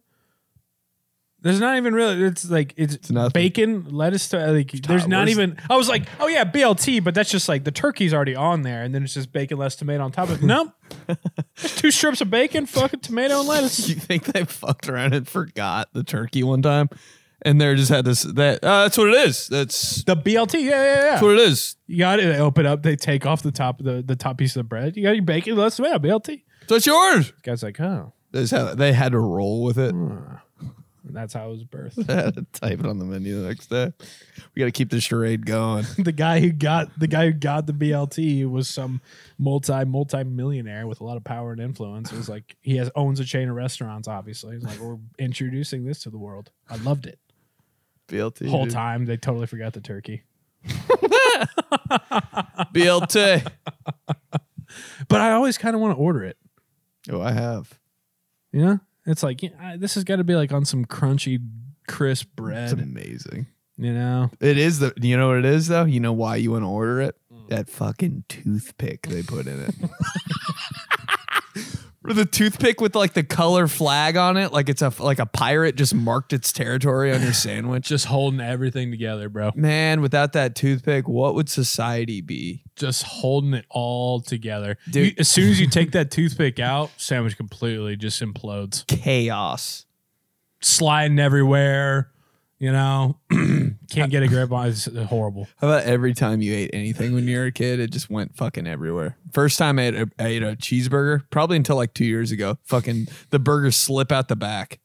Speaker 2: There's not even really. It's like it's,
Speaker 1: nothing.
Speaker 2: bacon, lettuce. To, like there's not
Speaker 1: where's-
Speaker 2: even. I was like, oh yeah, BLT, but that's just like the turkey's already on there, and then it's just bacon, lettuce, tomato on top of it. nope. There's two strips of bacon, fucking tomato and lettuce.
Speaker 1: You think they fucked around and forgot the turkey one time, and they just had this. That uh, that's what it is. That's
Speaker 2: The BLT, yeah, yeah, yeah.
Speaker 1: that's what it is.
Speaker 2: You got it. They open up. They take off the top of the, the top piece of the bread. You got your bacon, lettuce, tomato, BLT.
Speaker 1: That's yours.
Speaker 2: Guy's like, oh,
Speaker 1: That's how they had to roll with it.
Speaker 2: and that's how it was birthed.
Speaker 1: I had to type it on the menu the next day. We got to keep the charade going.
Speaker 2: the guy who got the guy who got the BLT was some multi multi millionaire with a lot of power and influence. It was like he has owns a chain of restaurants. Obviously, he's like we're introducing this to the world. I loved it.
Speaker 1: BLT.
Speaker 2: Whole
Speaker 1: dude.
Speaker 2: time they totally forgot the turkey.
Speaker 1: BLT.
Speaker 2: But I always kind of want to order it.
Speaker 1: oh, I have
Speaker 2: You know, it's like yeah, I- this has got to be like on some crunchy, crisp
Speaker 1: It's
Speaker 2: bread.
Speaker 1: amazing.
Speaker 2: You know,
Speaker 1: It is the. You know what it is though. You know why you want to order it? That fucking toothpick they put in it. Or the toothpick with like the color flag on it, like it's a like a pirate just marked its territory on your sandwich.
Speaker 2: just holding everything together, bro.
Speaker 1: Man, without that toothpick, what would society be?
Speaker 2: just holding it all together.
Speaker 1: Dude.
Speaker 2: You- as soon as you take that toothpick out, sandwich completely just implodes,
Speaker 1: Chaos.
Speaker 2: sliding everywhere. You know, can't get a grip on. it. It's horrible.
Speaker 1: How about every time you ate anything when you were a kid, it just went fucking everywhere. First time I ate a, I ate a cheeseburger, probably until like two years ago, fucking the burgers slip out the back.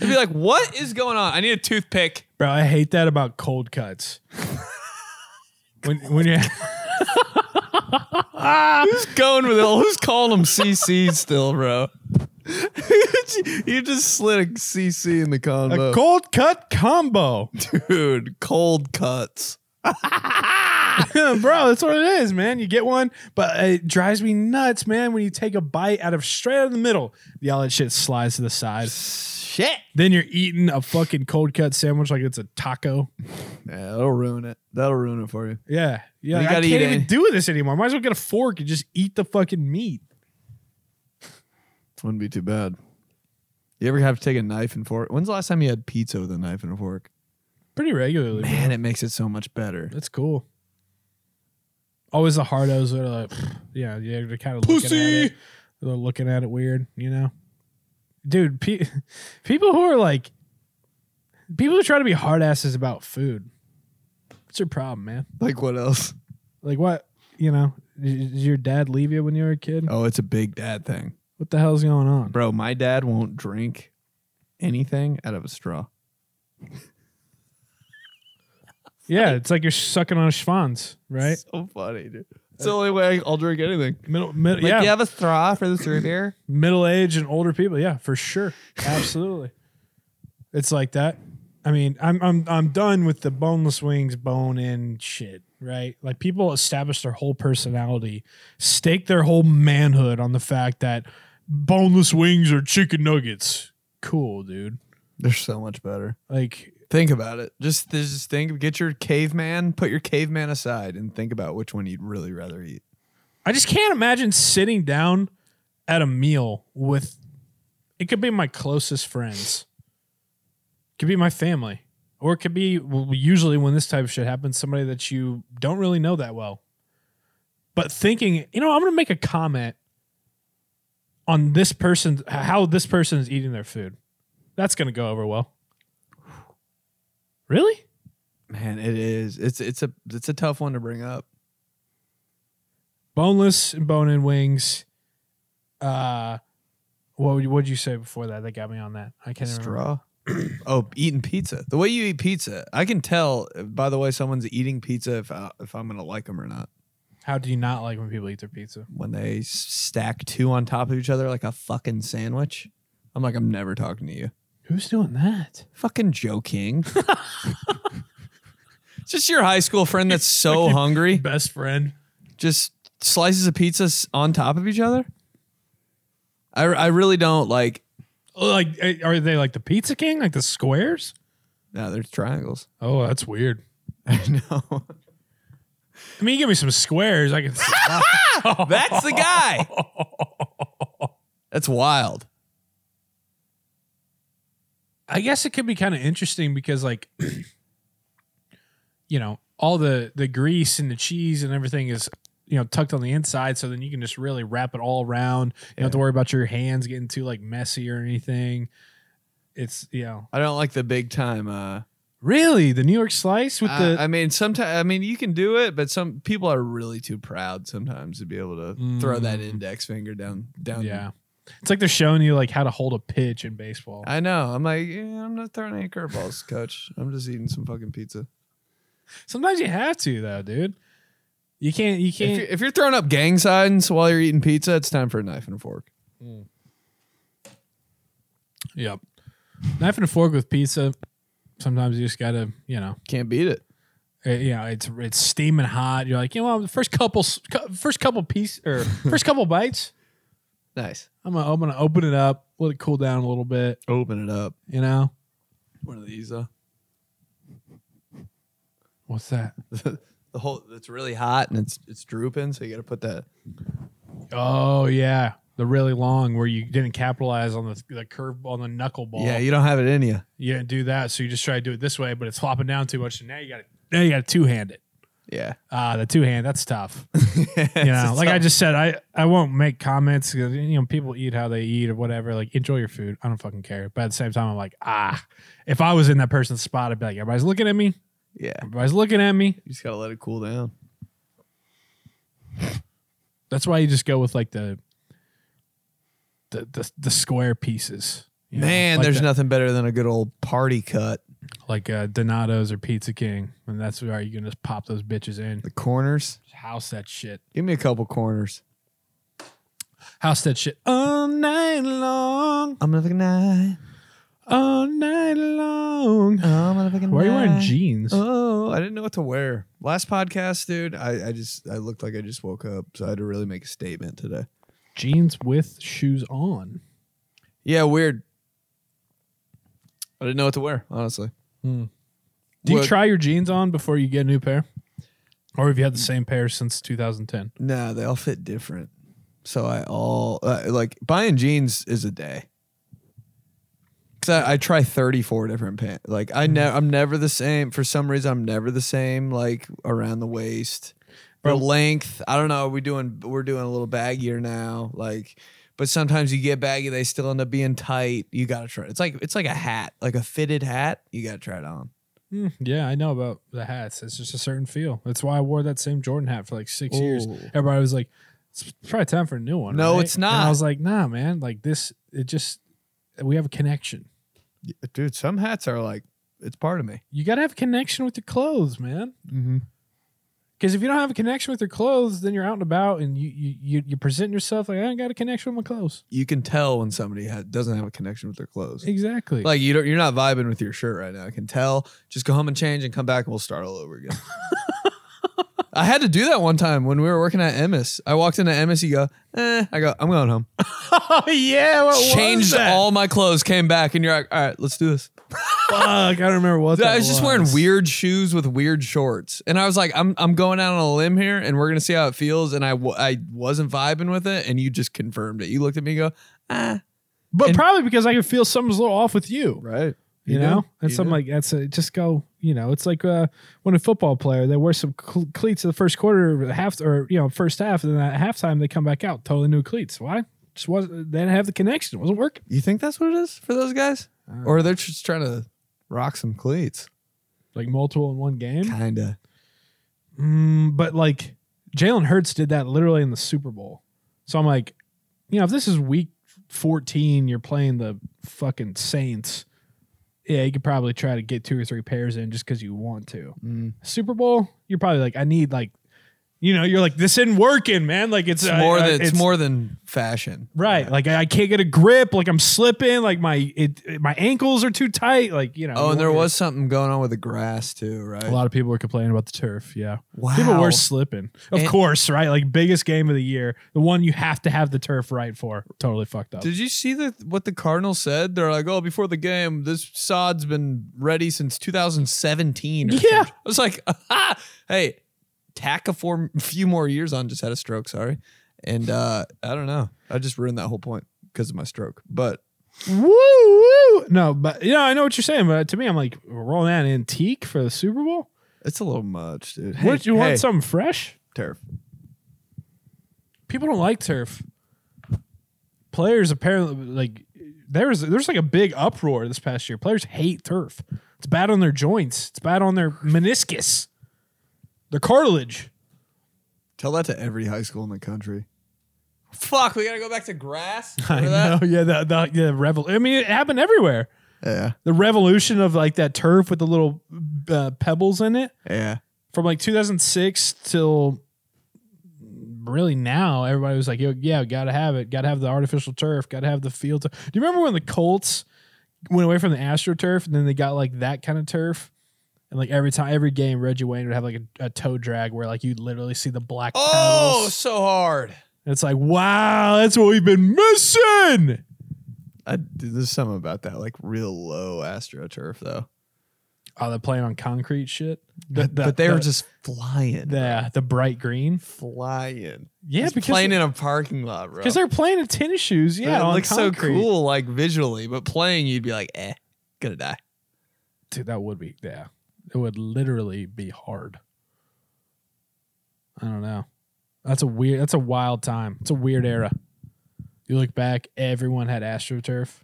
Speaker 1: I'd be like, what is going on? I need a toothpick.
Speaker 2: Bro, I hate that about cold cuts. when when you
Speaker 1: Who's going with it? Who's calling them CC still, bro? you just slid a CC in the combo.
Speaker 2: a cold cut combo,
Speaker 1: Dude, cold cuts.
Speaker 2: bro, that's what it is, man. You get one, but it drives me nuts, man. When you take a bite out of straight out of the middle, the all that shit slides to the side.
Speaker 1: Shit.
Speaker 2: Then you're eating a fucking cold cut sandwich like it's a taco.
Speaker 1: Yeah, that'll ruin it. That'll ruin it for you.
Speaker 2: Yeah,
Speaker 1: You
Speaker 2: yeah. I can't
Speaker 1: gotta eat
Speaker 2: even
Speaker 1: any-
Speaker 2: do this anymore. Might as well get a fork and just eat the fucking meat.
Speaker 1: Wouldn't be too bad. You ever have to take a knife and fork? When's the last time you had pizza with a knife and a fork?
Speaker 2: Pretty regularly.
Speaker 1: Man, it makes it so much better.
Speaker 2: That's cool. Always the hardos that are like, yeah, yeah, they're kind of looking at it. They're looking at it weird, you know. Dude, pe- people who are like, people who try to be hard asses about food. What's your problem, man?
Speaker 1: Like what else?
Speaker 2: Like, what you know? Did did your dad leave you when you were a kid?
Speaker 1: Oh, it's a big dad thing.
Speaker 2: What the hell's going on?
Speaker 1: Bro, my dad won't drink anything out of a straw.
Speaker 2: Yeah, it's like you're sucking on a schwanz, right?
Speaker 1: So funny, dude. It's the only way I'll drink anything.
Speaker 2: Middle, middle,
Speaker 1: Like,
Speaker 2: yeah,
Speaker 1: do you have a straw for this root beer?
Speaker 2: middle aged and older people. Yeah, for sure, absolutely. it's like that. I mean, I'm I'm I'm done with the boneless wings, bone in shit. Right? Like people establish their whole personality, stake their whole manhood on the fact that boneless wings are chicken nuggets. Cool, dude.
Speaker 1: They're so much better.
Speaker 2: Like
Speaker 1: Think about it. Just, just think. Get your caveman. Put your caveman aside and think about which one you'd really rather eat.
Speaker 2: I just can't imagine sitting down at a meal with it could be my closest friends. It could be my family. Or it could be well, usually when this type of shit happens, somebody that you don't really know that well. But thinking, you know, I'm gonna make a comment on this person how this person is eating their food. That's going to go over well. Really?
Speaker 1: Man, it is. It's it's a it's a tough one to bring up.
Speaker 2: Boneless and bone-in wings. Uh what would you, what did you say before that? That got me on that. I can't remember.
Speaker 1: Straw. oh, eating pizza. The way you eat pizza, I can tell uh, by the way someone's eating pizza if I, if I'm gonna like them or not.
Speaker 2: How do you not like when people eat their pizza?
Speaker 1: When they s- stack two on top of each other like a fucking sandwich, I'm like, I'm never talking to you.
Speaker 2: Who's doing that?
Speaker 1: Fucking joking. just your high school friend that's so hungry,
Speaker 2: Best friend.
Speaker 1: just slices of pizza s- on top of each other. I, I really don't like.
Speaker 2: Oh, Like eh, are they like the pizza king? Like the squares?
Speaker 1: No, there's triangles.
Speaker 2: Oh, that's weird.
Speaker 1: I know.
Speaker 2: I mean, you give me some squares, I can see.
Speaker 1: That's the guy. That's wild.
Speaker 2: I guess it could be kind of interesting because like you know, all the the grease and the cheese and everything is you know tucked on the inside so then you can just really wrap it all around. You don't have to worry about your hands getting too like messy or anything. It's you know,
Speaker 1: I don't like the big time. Uh,
Speaker 2: really the New York slice with
Speaker 1: I,
Speaker 2: the
Speaker 1: I mean, sometimes I mean you can do it, but some people are really too proud sometimes to be able to throw that
Speaker 2: Mm.
Speaker 1: index finger down down.
Speaker 2: yeah. It's like they're showing you like how to hold a pitch in baseball.
Speaker 1: I know. I'm like, yeah, I'm not throwing any curveballs, coach. I'm just eating some fucking pizza.
Speaker 2: Sometimes you have to though, dude. You can't you
Speaker 1: If
Speaker 2: can't
Speaker 1: you're, if you're throwing up gang signs while you're eating pizza, it's time for a knife and a fork.
Speaker 2: Yep. Knife and a fork with pizza. Sometimes you just gotta, you know,
Speaker 1: Can't beat it.
Speaker 2: it, you know, it's it's steaming hot. You're like, you know, the first couple, s- cou- first couple piece or first couple bites,
Speaker 1: Nice.
Speaker 2: I'm gonna, I'm gonna open it up, let it cool down a little bit,
Speaker 1: Open it up.
Speaker 2: you know.
Speaker 1: One of these uh, though.
Speaker 2: What's that?
Speaker 1: The whole it's really hot and it's it's drooping, so you got to put that.
Speaker 2: Oh yeah, the really long where you didn't capitalize on the the curve on the knuckleball.
Speaker 1: Yeah, you don't have it in you.
Speaker 2: you didn't do that, so you just try to do it this way, but it's flopping down too much, and now you got to now you got to two hand it.
Speaker 1: Yeah.
Speaker 2: Ah, the two hand, that's tough.
Speaker 1: you
Speaker 2: you know, like I just said, I I won't make comments. 'cause, You know, people eat how they eat or whatever. Like, enjoy your food. I don't fucking care. But at the same time, I'm like, ah, if I was in that person's spot, I'd be like, everybody's looking at me.
Speaker 1: yeah,
Speaker 2: Everybody's looking at me.
Speaker 1: you just gotta let it cool down.
Speaker 2: That's why you just go with like the the the, the square pieces. you know?
Speaker 1: Man,
Speaker 2: Like
Speaker 1: there's
Speaker 2: the-
Speaker 1: nothing better than a good old party cut.
Speaker 2: like uh, Donato's or Pizza King, and that's where you can just pop those bitches in.
Speaker 1: The corners.
Speaker 2: House that shit.
Speaker 1: Give me a couple corners.
Speaker 2: House that shit all night long.
Speaker 1: I'm gonna night.
Speaker 2: All night long.
Speaker 1: I'm gonna fucking.
Speaker 2: Why are you wearing jeans?
Speaker 1: Oh, I didn't know what to wear. Last podcast, dude. I, I just I looked like I just woke up, so I had to really make a statement today.
Speaker 2: jeans with shoes on.
Speaker 1: Yeah, weird. I didn't know what to wear, honestly.
Speaker 2: Do you
Speaker 1: What-
Speaker 2: try your jeans on before you get a new pair? Or have you had the same pair since 2010?
Speaker 1: No, they all fit different. So I all uh, like buying jeans is a day. Cause I, I try 34 different pants. Like I never, I'm never the same. For some reason, I'm never the same. Like around the waist, the
Speaker 2: Bro.
Speaker 1: length. I don't know. Are we doing? We're doing a little baggier now. Like, but sometimes you get baggy, they still end up being tight. You gotta try. It's like it's like a hat, like a fitted hat. You gotta try it on.
Speaker 2: Hmm, yeah, I know about the hats. It's just a certain feel. That's why I wore that same Jordan hat for like six years.
Speaker 1: Ooh.
Speaker 2: Everybody was like, it's probably time for a new one.
Speaker 1: No,
Speaker 2: right?"
Speaker 1: it's
Speaker 2: And
Speaker 1: not.
Speaker 2: I was like, nah, man. Like this, it just, we have a connection.
Speaker 1: Dude, some hats are like it's part of me.
Speaker 2: You got to have a connection with your clothes, man.
Speaker 1: Mm-hmm.
Speaker 2: Because if you don't have a connection with your clothes, then you're out and about and you you, you, you present yourself like, I ain't got a connection with my clothes.
Speaker 1: you can tell when somebody ha- doesn't have a connection with their clothes.
Speaker 2: Exactly.
Speaker 1: Like you don't, you're not vibing with your shirt right now. I can tell. Just go home and change and come back and we'll start all over again. I had to do that one time when we were working at Emmis. I walked into Emmis. You go, eh. I go, I'm going home.
Speaker 2: oh, yeah. What was
Speaker 1: Changed
Speaker 2: that?
Speaker 1: all my clothes, came back, and you're like, all right, let's do this.
Speaker 2: Fuck, I don't remember what that
Speaker 1: I was just wearing weird shoes with weird shorts, and I was like, I'm I'm going out on a limb here, and we're gonna see how it feels. And I w- I wasn't vibing with it, and you just confirmed it. You looked at me, and go, ah,
Speaker 2: but
Speaker 1: and-
Speaker 2: probably because I could feel something's a little off with you,
Speaker 1: right.
Speaker 2: you, know. And
Speaker 1: You
Speaker 2: so I'm
Speaker 1: did.
Speaker 2: like, that's a, just go, you know. It's like uh, when a football player they wear some cl- cleats in the first quarter, or the half, or you know, first half, and then at halftime they come back out totally new cleats. Why? Just wasn't. They didn't have the connection. It wasn't working.
Speaker 1: You think that's what it is for those guys? Or they're just trying to rock some cleats.
Speaker 2: Like multiple in one game.
Speaker 1: Kinda.
Speaker 2: Mm, but like Jalen Hurts did that literally in the Super Bowl. So I'm like, you know, if this is week 14, you're playing the fucking Saints. Yeah, you could probably try to get two or three pairs in just because you want to.
Speaker 1: Mm.
Speaker 2: Super Bowl, you're probably like, I need like, you know, you're like, this isn't working, man. Like it's,
Speaker 1: It's
Speaker 2: I-
Speaker 1: more
Speaker 2: I-
Speaker 1: than it's, more than fashion.
Speaker 2: right. Like I, I can't get a grip. Like I'm slipping. Like my it, it- my ankles are too tight. Like you know.
Speaker 1: Oh,
Speaker 2: you
Speaker 1: and there
Speaker 2: want-
Speaker 1: was something going on with the grass too, right?
Speaker 2: a lot of people were complaining about the turf. Yeah.
Speaker 1: Wow.
Speaker 2: People were slipping. Of
Speaker 1: And-
Speaker 2: course, right? Like biggest game of the year, the one you have to have the turf right for. Totally fucked up.
Speaker 1: Did you see the what the Cardinals said? They're like, "Oh, before the game, this sod's been ready since 2017." or
Speaker 2: Yeah.
Speaker 1: something. I was like, ah, "Hey, tack a four, few more years on." Just had a stroke, sorry, and uh, I don't know. I just ruined that whole point because of my stroke. But
Speaker 2: woo woo. No, but yeah, I know what you're saying. But to me, I'm like we're rolling out an antique for the Super Bowl.
Speaker 1: it's a little much, dude.
Speaker 2: What Would you
Speaker 1: hey,
Speaker 2: want something fresh?
Speaker 1: turf?
Speaker 2: People don't like turf. Players apparently like there's there's like a big uproar this past year. Players hate turf. It's bad on their joints. It's bad on their meniscus, their cartilage.
Speaker 1: Tell that to every high school in the country. Fuck, we gotta go back to grass.
Speaker 2: I
Speaker 1: Remember that?
Speaker 2: know. Yeah, the the, the revol- I mean, it happened everywhere.
Speaker 1: Yeah,
Speaker 2: The revolution of like that turf with the little uh, pebbles in it
Speaker 1: yeah.
Speaker 2: from like 2006 till really now. Everybody was like, "Yo, yeah, gotta have it. Gotta have the artificial turf. Gotta have the field." Turf. Do you remember when the Colts went away from the AstroTurf and then they got like that kind of turf? And like every time, every game, Reggie Wayne would have like a, a toe drag where like you'd literally see the black.
Speaker 1: Oh,
Speaker 2: pebbles.
Speaker 1: so hard.
Speaker 2: it's like wow, that's what we've been missing.
Speaker 1: I, dude, there's something about that, like real low astroturf though.
Speaker 2: Oh, they're playing on concrete shit. The-
Speaker 1: but,
Speaker 2: the-
Speaker 1: but they were
Speaker 2: the-
Speaker 1: just flying,
Speaker 2: the the bright green.
Speaker 1: flying.
Speaker 2: Yeah,
Speaker 1: Just
Speaker 2: because
Speaker 1: playing in a parking lot, bro.
Speaker 2: because they're playing in tennis shoes. Yeah,
Speaker 1: it
Speaker 2: on
Speaker 1: looks
Speaker 2: concrete.
Speaker 1: so cool, like visually, but playing, you'd be like, eh, gonna die.
Speaker 2: Dude, that would be yeah. It would literally be hard. I don't know. That's a weird. That's a wild time. It's a weird era. You look back, everyone had astroturf.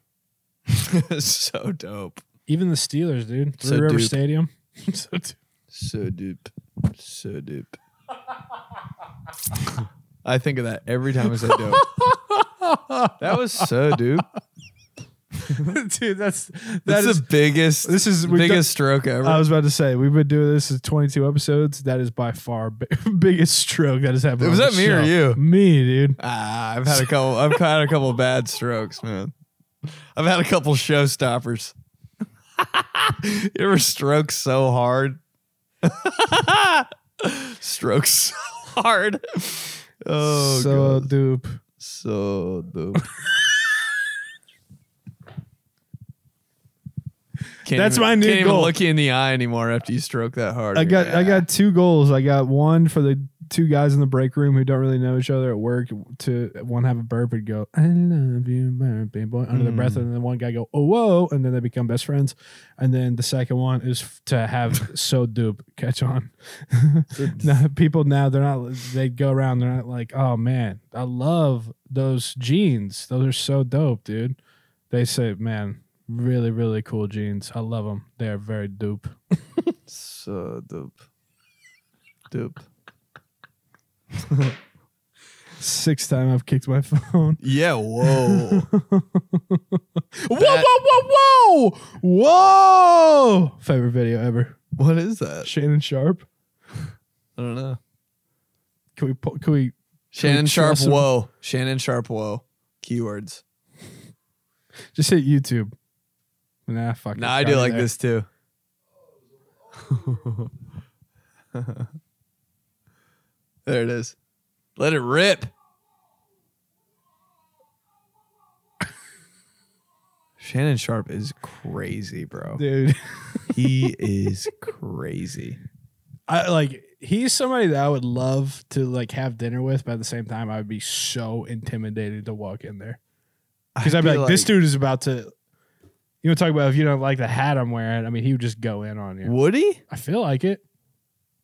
Speaker 1: so dope,
Speaker 2: Even the Steelers, dude. Three
Speaker 1: So
Speaker 2: River
Speaker 1: dupe.
Speaker 2: Stadium. so dupe.
Speaker 1: so dope, so dope. I think of that every time I say dope. that was so dope.
Speaker 2: dude, that's
Speaker 1: That's
Speaker 2: that is.
Speaker 1: the biggest.
Speaker 2: this is we've done- Uh,
Speaker 1: biggest stroke ever.
Speaker 2: I was about to say we've been doing this is 22 episodes. That is by far bi- biggest stroke that has happened.
Speaker 1: Was
Speaker 2: on
Speaker 1: that
Speaker 2: the
Speaker 1: me or
Speaker 2: show.
Speaker 1: you?
Speaker 2: Me, dude.
Speaker 1: ah, I've had a couple. I've had a couple bad strokes, man. I've had a couple showstoppers. you ever stroke so hard? stroke so hard. Oh,
Speaker 2: so
Speaker 1: God.
Speaker 2: dupe.
Speaker 1: so dope. Can't
Speaker 2: That's
Speaker 1: even-
Speaker 2: my new
Speaker 1: can't even
Speaker 2: goal.
Speaker 1: look you in the eye anymore after you stroke that hard.
Speaker 2: I got I got two goals. I got one for the two guys in the break room who don't really know each other at work. To one have a burp and go, "I love you, burpy boy," under the breath, and then one guy go, "Oh whoa," and then they become best friends. And then the second one is f- to have so dupe catch on. now, people now they're not they go around they're not like, oh man, I love those jeans. Those are so dope, dude. They say, man. Really, really cool jeans. I love them. They are very dupe.
Speaker 1: so dope. Dope.
Speaker 2: Sixth time I've kicked my phone.
Speaker 1: Yeah. Whoa.
Speaker 2: Whoa, whoa, whoa, whoa, whoa! Favorite video ever.
Speaker 1: what is that?
Speaker 2: Shannon Sharp.
Speaker 1: I don't know.
Speaker 2: Can we? po- Can we?
Speaker 1: Shannon
Speaker 2: Like,
Speaker 1: Sharp,
Speaker 2: trust him.
Speaker 1: whoa. Shannon Sharp, whoa. Keywords.
Speaker 2: Just hit YouTube. Nah, fuck.
Speaker 1: Nah,
Speaker 2: it.
Speaker 1: I
Speaker 2: Got
Speaker 1: do
Speaker 2: me
Speaker 1: like
Speaker 2: there.
Speaker 1: this too. there it is. Let it rip. Shannon Sharp is crazy, bro.
Speaker 2: dude.
Speaker 1: He is crazy.
Speaker 2: I like. He's somebody that I would love to like have dinner with, but at the same time, I would be so intimidated to walk in there because I'd, be, like, "This dude is about to." You know, talk about if you don't like the hat I'm wearing. I mean, he would just go in on you.
Speaker 1: Woody?
Speaker 2: I feel like it.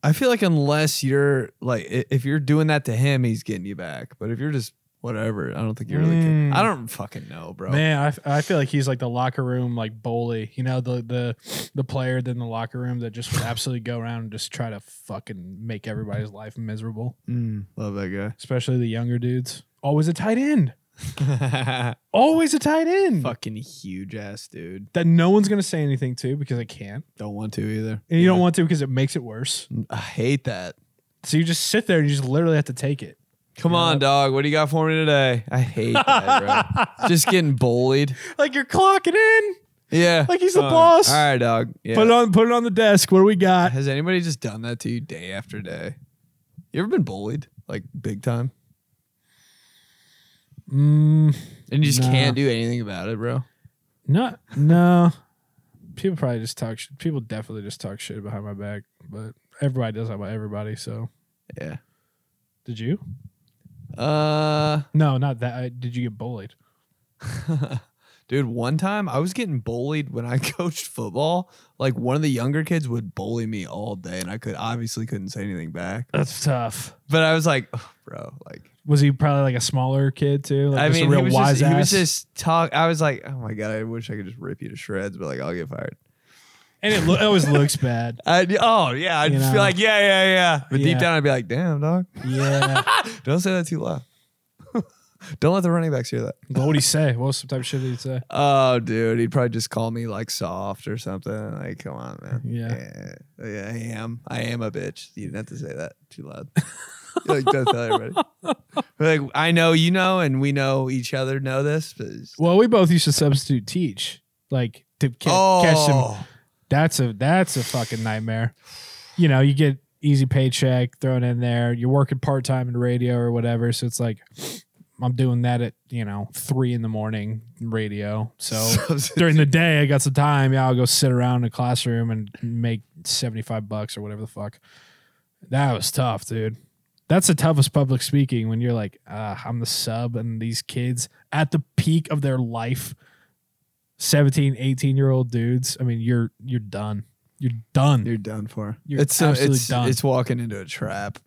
Speaker 1: I feel like unless you're like i- if you're doing that to him, he's getting you back. But if you're just whatever. I don't think you really. Can. I don't fucking know, bro.
Speaker 2: Mm. Man, I, f- I feel like he's like the locker room like bully. You know, the the the player then the locker room that just would absolutely go around and just try to fucking make everybody's life miserable,
Speaker 1: Mm, love that guy.
Speaker 2: especially the younger dudes. Always a tight end. Always a tight end
Speaker 1: fucking huge ass dude.
Speaker 2: that no one's gonna say anything to because I can't,
Speaker 1: Don't want to either.
Speaker 2: and you don't want to because it makes it worse.
Speaker 1: I hate that.
Speaker 2: So you just sit there and you just literally have to take it.
Speaker 1: Come on, dog. What do you got for me today? I hate that, bro. Just getting bullied.
Speaker 2: Like you're clocking in,
Speaker 1: Yeah.
Speaker 2: like he's the
Speaker 1: Come on.
Speaker 2: boss.
Speaker 1: All right, dog. Yeah.
Speaker 2: Put it on, put it on the desk. What do we got?
Speaker 1: Has anybody just done that to you day after day? You ever been bullied like big time?
Speaker 2: Mm,
Speaker 1: And you just
Speaker 2: Nah.
Speaker 1: can't do anything about it, bro.
Speaker 2: Not no. People probably just talk. Sh- people definitely just talk shit behind my back, but everybody does that about everybody. So
Speaker 1: Yeah.
Speaker 2: did you?
Speaker 1: Uh
Speaker 2: No, not that. I, did you get bullied?
Speaker 1: dude, one time I was getting bullied when I coached football. Like one of the younger kids would bully me all day and I could obviously couldn't say anything back.
Speaker 2: That's tough.
Speaker 1: But I was like, "Ugh, bro, like
Speaker 2: Was he probably like a smaller kid too? Like
Speaker 1: I
Speaker 2: just
Speaker 1: mean,
Speaker 2: a real
Speaker 1: he was
Speaker 2: wise
Speaker 1: just,
Speaker 2: ass.
Speaker 1: he was just talk. I was like, oh my god, I wish I could just rip you to shreds, but like I'll get fired.
Speaker 2: and it, lo- it always looks bad.
Speaker 1: I, oh yeah, I'd
Speaker 2: You
Speaker 1: just be
Speaker 2: know.
Speaker 1: like, yeah, yeah, yeah. But
Speaker 2: Yeah.
Speaker 1: deep down, I'd be like, damn, dog,
Speaker 2: Yeah.
Speaker 1: don't say that too loud. don't let the running backs hear that.
Speaker 2: what would he say? What was some type of shit did he say?
Speaker 1: Oh, dude, he'd probably just call me like soft or something. Like, come on, man.
Speaker 2: Yeah.
Speaker 1: yeah, Yeah, I am. I am a bitch. You didn't have to say that too loud. like, don't tell everybody. But, like, I know you know, and we know each other know this. But
Speaker 2: Well, we both used to substitute teach, like to ca- catch
Speaker 1: Oh.
Speaker 2: some That's a that's a fucking nightmare. You know, you get easy paycheck thrown in there. You're working part time in radio or whatever, so it's like I'm doing that at you know three in the morning radio. So during the day, I got some time. Yeah, I'll go sit around in the classroom and make seventy five bucks or whatever the fuck. That was tough, dude. That's the toughest public speaking when you're like, uh, I'm the sub, and these kids at the peak of their life 17 18 year old dudes i mean you're you're done you're done
Speaker 1: You're done for.
Speaker 2: You're
Speaker 1: it's so-
Speaker 2: absolutely
Speaker 1: it's,
Speaker 2: done.
Speaker 1: It's walking into a trap,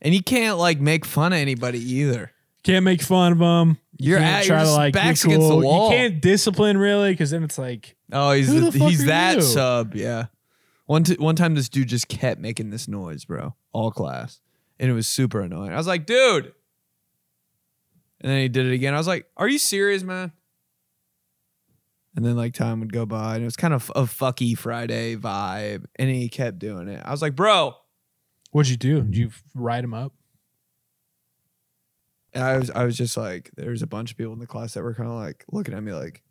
Speaker 1: and you can't like make fun of anybody either.
Speaker 2: can't make fun of them you
Speaker 1: You're
Speaker 2: can't
Speaker 1: at- you're just
Speaker 2: be
Speaker 1: backs against the wall.
Speaker 2: you can't discipline really because then it's like
Speaker 1: Oh, he's
Speaker 2: Who
Speaker 1: the,
Speaker 2: the fuck
Speaker 1: he's
Speaker 2: are
Speaker 1: that
Speaker 2: you?
Speaker 1: sub. Yeah. One t- one time, this dude just kept making this noise, bro, all class, and it was super annoying. I was like, dude. And then he did it again. I was like, "Are you serious, man?" And then like time would go by, and it was kind of a fucky Friday vibe, and he kept doing it. I was like, "Bro,"
Speaker 2: what'd you do did you write them up
Speaker 1: And I was I was just like, there's a bunch of people in the class that were kind of like looking at me like,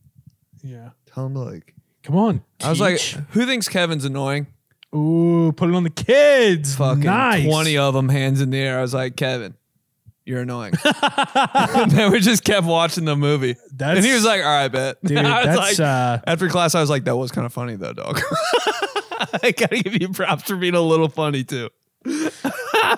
Speaker 2: yeah
Speaker 1: tell him to like.
Speaker 2: come on
Speaker 1: I was like,
Speaker 2: teach.
Speaker 1: who thinks Kevin's annoying?
Speaker 2: ooh put it on the kids
Speaker 1: Fucking
Speaker 2: nice.
Speaker 1: twenty of them, hands in the air. I was like, Kevin, you're annoying. and then we just kept watching the movie,
Speaker 2: that's
Speaker 1: and he was like, all right, bet.
Speaker 2: dude
Speaker 1: I was
Speaker 2: that's
Speaker 1: like,
Speaker 2: uh
Speaker 1: after class, I was like, that was kind of funny though, dog. I gotta give you props for being a little funny too.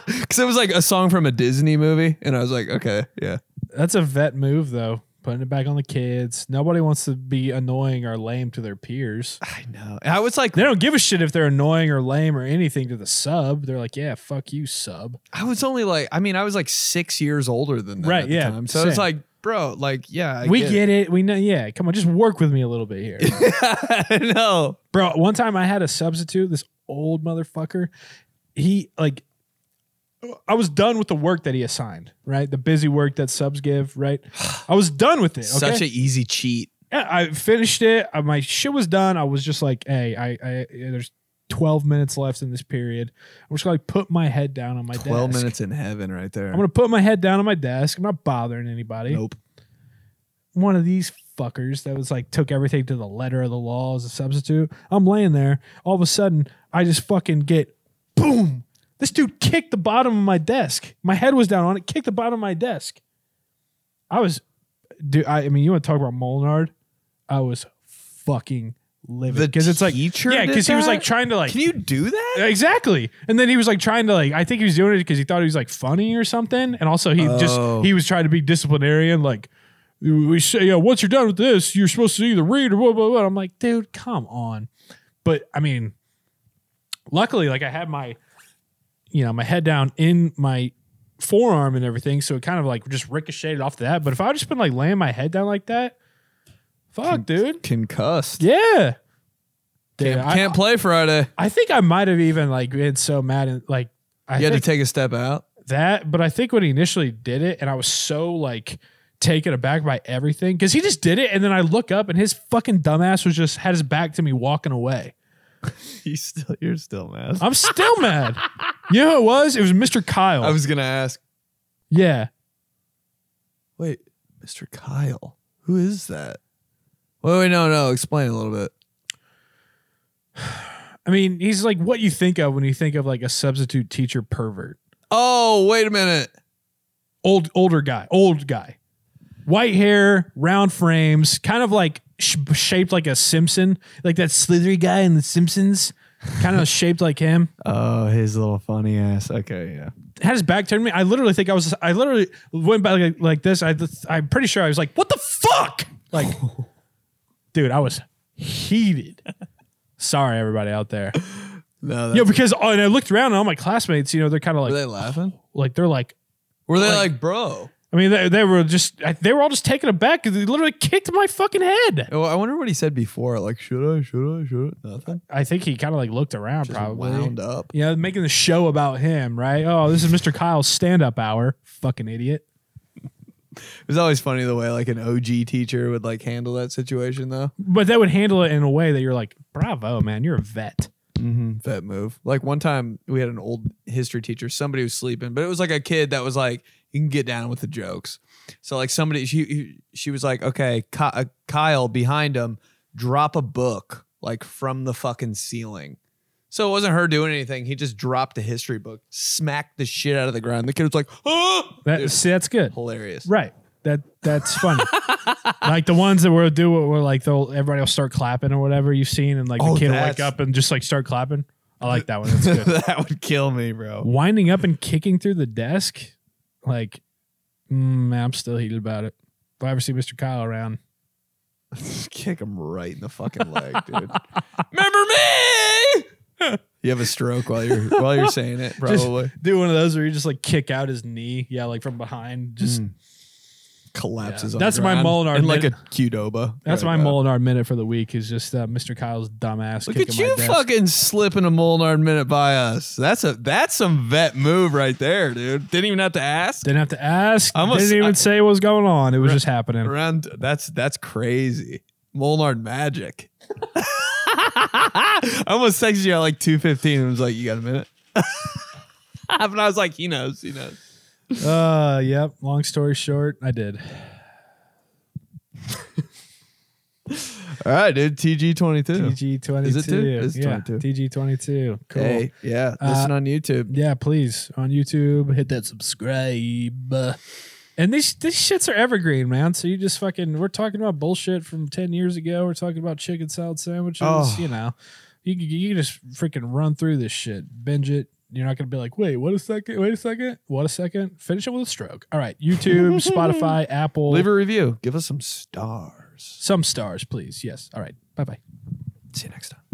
Speaker 1: Because it was like a song from a Disney movie, and I was like, okay, yeah.
Speaker 2: that's a vet move though putting it back on the kids nobody wants to be annoying or lame to their peers
Speaker 1: I know. I was like,
Speaker 2: They don't give a shit if they're annoying or lame or anything to the sub. They're like, yeah, fuck you, sub.
Speaker 1: I was only like, I mean, I was like six years older than that.
Speaker 2: Right,
Speaker 1: at the
Speaker 2: yeah,
Speaker 1: Time. So
Speaker 2: same.
Speaker 1: it's like, bro, like, yeah. I
Speaker 2: we get, it. We know. Yeah, come on, just work with me a little bit here,
Speaker 1: it. no.
Speaker 2: bro. One time I had a substitute. This old motherfucker. He like, I was done with the work that he assigned. Right, the busy work that subs give. Right, I was done with it. Okay?
Speaker 1: Such an easy cheat.
Speaker 2: Yeah, I finished it. Uh, My shit was done. I was just like, hey, I, I yeah, there's 12 minutes left in this period. I'm just gonna like, put my head down on my
Speaker 1: 12
Speaker 2: desk.
Speaker 1: minutes in heaven right there.
Speaker 2: I'm gonna put my head down on my desk. I'm not bothering anybody.
Speaker 1: nope.
Speaker 2: One of these fuckers that was like took everything to the letter of the law as a substitute. I'm laying there. All of a sudden, I just fucking get boom. This dude kicked the bottom of my desk. My head was down on it. Kicked the bottom of my desk. I was, dude. I, I mean, you want to talk about Molnard? I was fucking livid because it's like
Speaker 1: teacher
Speaker 2: yeah,
Speaker 1: did
Speaker 2: because he was
Speaker 1: that?
Speaker 2: like trying to like
Speaker 1: Can you do that?
Speaker 2: Exactly. And then he was like trying to like I think he was doing it because he thought he was like funny or something. And also he
Speaker 1: Oh.
Speaker 2: just he was trying to be disciplinarian, like we say, yeah, once you're done with this, you're supposed to either read or blah blah blah. I'm like, dude, come on. But I mean, luckily, like I had my you know, my head down in my forearm and everything, so it kind of like just ricocheted off that. But if I would just been like laying my head down like that, fuck, dude,
Speaker 1: Concussed.
Speaker 2: yeah, Dude,
Speaker 1: Can't,
Speaker 2: I-
Speaker 1: can't play Friday.
Speaker 2: I think I might have even like been so mad and like I
Speaker 1: You had to
Speaker 2: think
Speaker 1: take a step out.
Speaker 2: that, but I think when he initially did it, and I was so like taken aback by everything because he just did it, and then I look up and his fucking dumbass was just had his back to me walking away.
Speaker 1: You still, you're still mad.
Speaker 2: I'm still mad. You know who it was? It was Mr. Kyle.
Speaker 1: I was gonna ask.
Speaker 2: yeah,
Speaker 1: Wait, Mr. Kyle, who is that? Wait, wait, no, no. Explain a little bit.
Speaker 2: I mean, he's like what you think of when you think of like a substitute teacher pervert.
Speaker 1: Oh, wait a minute.
Speaker 2: old older guy, old guy, white hair, round frames, kind of like sh- shaped like a Simpson, like that slithery guy in the Simpsons, kind of shaped like him.
Speaker 1: Oh, his little funny ass. Okay, yeah.
Speaker 2: Had his back turned to me. I literally think I was. I literally went back like, like this. I I'm pretty sure I was like, "What the fuck?" Like, dude, I was heated. Sorry, everybody out there.
Speaker 1: No,
Speaker 2: Yeah,
Speaker 1: that's-
Speaker 2: because oh, and I looked around and all my classmates, you know, they're kind of
Speaker 1: were
Speaker 2: like,
Speaker 1: they laughing?
Speaker 2: like they're like,
Speaker 1: Were they
Speaker 2: Like-
Speaker 1: like, bro?
Speaker 2: I mean, they, they were just, I- they were all just taken aback. 'cause They literally kicked my fucking head.
Speaker 1: Oh, I wonder what he said before. Like, should I? Should I? Should I? Nothing.
Speaker 2: I think he kind of like looked around,
Speaker 1: Just
Speaker 2: probably.
Speaker 1: wound up.
Speaker 2: You know, making the show about him, right? Oh, this is Mr. Kyle's stand-up hour. Fucking idiot.
Speaker 1: It was always funny the way like an OG teacher would like handle that situation though.
Speaker 2: But that would handle it in a way that you're like, bravo, man, you're a vet.
Speaker 1: Mm-hmm. Vet move. Like one time we had an old history teacher. Somebody was sleeping, but it was like a kid that was like, "You can get down with the jokes." So like somebody, she she was like, "Okay, Ky- uh, Kyle behind him, drop a book like from the fucking ceiling." So it wasn't her doing anything. He just dropped a history book, smacked the shit out of the ground. The kid was like, "Oh,
Speaker 2: That,
Speaker 1: Dude,
Speaker 2: see, that's good.
Speaker 1: hilarious."
Speaker 2: Right. That that's funny. like the ones that will do it where like they'll everybody will start clapping or whatever you've seen and like
Speaker 1: Oh,
Speaker 2: the kid will wake
Speaker 1: that's-
Speaker 2: up and just like start clapping. I like that one. Oh, That's good.
Speaker 1: that would kill me, bro.
Speaker 2: winding up and kicking through the desk, like, mm, man, I'm still heated about it. If I ever see Mr. Kyle around,
Speaker 1: Kick him right in the fucking leg, dude. Remember me? You have a stroke while you're while you're saying it, probably.
Speaker 2: do one of those where you just like kick out his knee, yeah, like from behind. Just
Speaker 1: Mm. collapses.
Speaker 2: Yeah.
Speaker 1: on
Speaker 2: That's
Speaker 1: the
Speaker 2: my
Speaker 1: ground
Speaker 2: Molinar
Speaker 1: in like a
Speaker 2: minute.
Speaker 1: Qdoba.
Speaker 2: that's
Speaker 1: Right
Speaker 2: my
Speaker 1: now.
Speaker 2: Molinar minute for the week is just uh, Mr. Kyle's dumbass.
Speaker 1: Look
Speaker 2: kicking
Speaker 1: at
Speaker 2: my
Speaker 1: you
Speaker 2: desk.
Speaker 1: fucking slipping a Molinar minute by us. That's a that's some vet move right there, dude. Didn't even have to ask.
Speaker 2: Didn't have to ask.
Speaker 1: I'm a-
Speaker 2: didn't even
Speaker 1: I-
Speaker 2: say what was going on. It was just happening.
Speaker 1: Around that's that's crazy. Molinar magic. I almost texted you at like two fifteen and was like, "You got a minute?" but I was like, "He knows, he knows."
Speaker 2: Uh, yep. Long story short, I did.
Speaker 1: All right, dude. TG twenty two.
Speaker 2: TG twenty
Speaker 1: Is it
Speaker 2: two.
Speaker 1: two? It's
Speaker 2: yeah,
Speaker 1: 22.
Speaker 2: TG twenty two. Cool.
Speaker 1: Hey, yeah.
Speaker 2: Uh,
Speaker 1: Listen on YouTube.
Speaker 2: Yeah, please on YouTube, hit that subscribe. And these these shits are evergreen, man. So you just fucking we're talking about bullshit from ten years ago. We're talking about chicken salad sandwiches.
Speaker 1: Oh.
Speaker 2: You know, you can- you can just freaking run through this shit, binge it. You're not gonna be like, wait, what a second, wait a second, what a second. Finish it with a stroke. All right, YouTube, Spotify, Apple,
Speaker 1: Leave a review. Give us some stars.
Speaker 2: some stars, please. Yes. All right. Bye bye.
Speaker 1: See you next time.